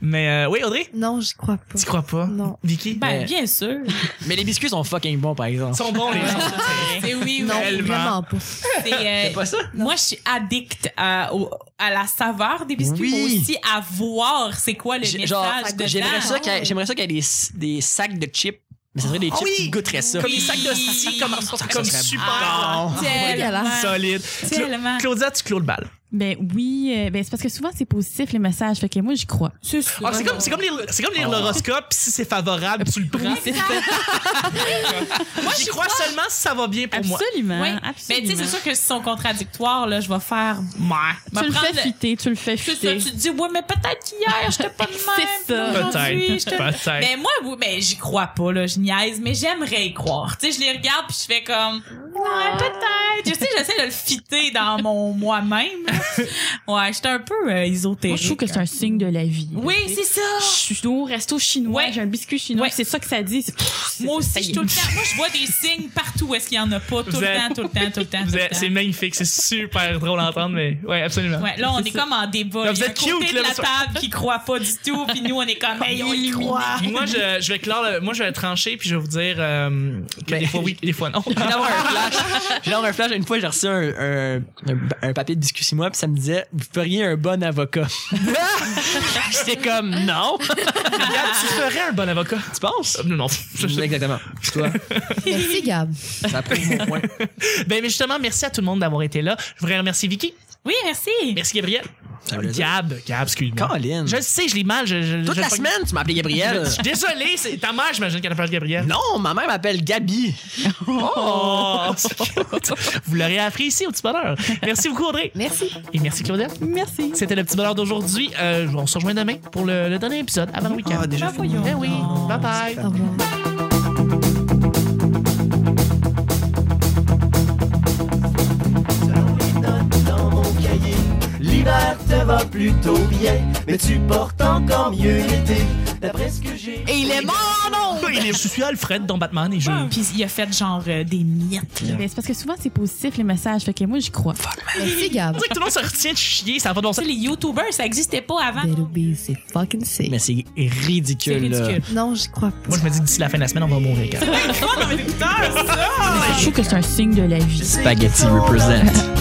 Speaker 1: Mais euh, oui, Audrey,
Speaker 2: Non, j'y crois pas.
Speaker 1: tu crois pas?
Speaker 2: Non.
Speaker 1: Vicky?
Speaker 4: ben
Speaker 3: Mais-
Speaker 4: bien sûr
Speaker 3: Mais les biscuits sont fucking bons, par
Speaker 1: Ils
Speaker 3: exemple.
Speaker 1: sont bons, les gens.
Speaker 4: C'est oui,
Speaker 2: Non,
Speaker 1: Tellement.
Speaker 2: vraiment pas.
Speaker 4: c'est, euh,
Speaker 3: C'est pas ça?
Speaker 4: Moi, je suis addict à, au- à la saveur des biscuits,
Speaker 3: Oui.
Speaker 4: mais aussi à voir c'est quoi le
Speaker 3: J'ai-
Speaker 4: message
Speaker 3: genre,
Speaker 4: dedans.
Speaker 3: J'aimerais ça qu'il y ait- j'aimerais ça qu'il y ait des, des sacs de chips. Mais ça serait des
Speaker 1: Ah
Speaker 3: chips
Speaker 1: oui!
Speaker 3: qui goûteraient ça.
Speaker 1: Comme des sacs de scie, comme, comme
Speaker 3: serait
Speaker 1: super.
Speaker 4: Euh,
Speaker 3: bon.
Speaker 4: Tellement.
Speaker 1: Solide. Cla-
Speaker 4: Tellement.
Speaker 1: Claudia, tu clôt le bal. Ah,
Speaker 5: Ben oui, euh, ben c'est parce que souvent c'est positif les messages, fait que moi j'y crois.
Speaker 4: C'est
Speaker 1: Ah, c'est comme, c'est comme lire, c'est comme lire l'horoscope, pis si c'est favorable, tu le prends. Moi, j'y crois seulement si ça va bien pour moi.
Speaker 5: Absolument,
Speaker 4: Oui. Mais
Speaker 5: absolument.
Speaker 4: Ben, tu sais, c'est sûr que si sont contradictoires, là, je vais faire.
Speaker 1: Ouais.
Speaker 4: je vais
Speaker 5: tu le
Speaker 4: prendre
Speaker 5: fais fitter, tu le fais
Speaker 4: C'est ça,
Speaker 5: fitter.
Speaker 4: tu te dis, ouais, mais peut-être qu'hier, j'étais pas de même.
Speaker 5: C'est ça.
Speaker 4: puis aujourd'hui,
Speaker 1: Peut-être.
Speaker 4: j'étais-
Speaker 1: Peut-être.
Speaker 4: Mais Ben, moi, oui, mais j'y crois pas, là, je niaise, mais j'aimerais y croire. Tu sais, je les regarde puis je fais comme, ouais, peut-être. Je sais, j'essaie de le fitter dans mon moi-même.
Speaker 5: (laughs)
Speaker 4: Ouais, j'étais un peu euh,
Speaker 5: Moi,
Speaker 4: ésotérique.
Speaker 5: je trouve que c'est un signe de la vie.
Speaker 4: Oui, c'est
Speaker 5: Je
Speaker 4: ça.
Speaker 5: suis au resto chinois,
Speaker 4: Ouais.
Speaker 5: j'ai un biscuit chinois,
Speaker 4: Ouais.
Speaker 5: c'est ça que ça dit. c'est- c'est-
Speaker 4: Moi aussi,
Speaker 5: ça
Speaker 4: je
Speaker 5: y
Speaker 4: suis
Speaker 5: est.
Speaker 4: tout le temps. Moi, je vois des signes partout où est-ce qu'il y en a pas. Tout
Speaker 1: Vous
Speaker 4: le
Speaker 1: êtes-
Speaker 4: temps, tout le temps, tout le temps. tout
Speaker 1: Vous
Speaker 4: le
Speaker 1: êtes- C'est
Speaker 4: temps.
Speaker 1: magnifique, c'est super drôle à entendre, mais ouais, absolument.
Speaker 4: Ouais, là, on est, comme en débat.
Speaker 1: Là,
Speaker 4: Il y
Speaker 1: vous
Speaker 4: a un
Speaker 1: êtes
Speaker 4: côté
Speaker 1: cute,
Speaker 4: de
Speaker 1: là,
Speaker 4: la
Speaker 1: vous-
Speaker 4: table qui croit pas du tout, puis nous, on
Speaker 1: (laughs)
Speaker 4: est comme, hey, on y croit.
Speaker 1: Moi, je, je vais clore le- moi, je vais trancher puis je vais vous dire euh, que des fois oui, des fois non.
Speaker 3: Je viens d'avoir un flash. Je viens d'avoir un flash. Une fois, j'ai reçu un, un, un- un papier de discussion moi, puis ça me disait Vous feriez un bon (laughs) avocat. J'étais comme Non.
Speaker 1: Gab, tu ferais un bon avocat.
Speaker 3: Tu penses
Speaker 1: Euh, Non, non.
Speaker 3: Exactement. Toi,
Speaker 2: Merci, Gab.
Speaker 3: ça prouve mon point.
Speaker 1: Ben, mais justement, merci à tout le monde d'avoir été là. Je voudrais remercier Vicky.
Speaker 4: Oui, merci.
Speaker 1: Merci Gabriel.
Speaker 3: Ça veut dire-
Speaker 1: Gab, Gab, excuse-moi.
Speaker 3: Ben, Colin.
Speaker 1: Je le sais, je l'ai mal. Je, je-
Speaker 3: Toute
Speaker 1: je-
Speaker 3: la
Speaker 1: je-
Speaker 3: semaine, tu m'appelais Gabriel.
Speaker 1: Je suis désolé, c'est ta mère, j'imagine qu'elle appelle Gabriel.
Speaker 3: Non, ma mère m'appelle Gabi.
Speaker 1: Oh! (laughs) Vous l'aurez appris ici au petit bonheur. Merci beaucoup, Audrey.
Speaker 2: Merci.
Speaker 1: Et merci, Claudia.
Speaker 5: Merci.
Speaker 1: C'était le petit bonheur d'aujourd'hui. Euh, on se rejoint demain pour le, le dernier épisode avant le week-end.
Speaker 3: Ah, déjà
Speaker 1: Ben
Speaker 3: fini.
Speaker 1: oui. Bye bye.
Speaker 2: Au revoir.
Speaker 6: dans mon cahier. L'hiver te va plutôt bien, mais tu portes encore mieux l'été. D'après ce que j'ai.
Speaker 2: Et il est mort, non!
Speaker 1: Il est- Je suis Alfred dans Batman et je.
Speaker 4: Puis il a fait genre euh, des miettes.
Speaker 5: Ben, c'est parce que souvent c'est positif les messages, fait que moi j'y crois.
Speaker 2: Merci, Gab.
Speaker 1: On dirait que tout le monde se retient de chier, ça va pas de bon
Speaker 4: Tu
Speaker 1: sens.
Speaker 4: sais, les YouTubers, ça existait pas avant.
Speaker 2: Little Bee, c'est fucking sick.
Speaker 3: Mais c'est
Speaker 4: C'est
Speaker 3: ridicule. là.
Speaker 4: ridicule.
Speaker 2: Non, j'y crois pas.
Speaker 1: Moi, je me dis que d'ici la fin de la semaine, on va mourir, Gab.
Speaker 5: Je trouve que c'est un signe de la vie.
Speaker 6: C'est
Speaker 3: Spaghetti
Speaker 6: ton
Speaker 3: represent.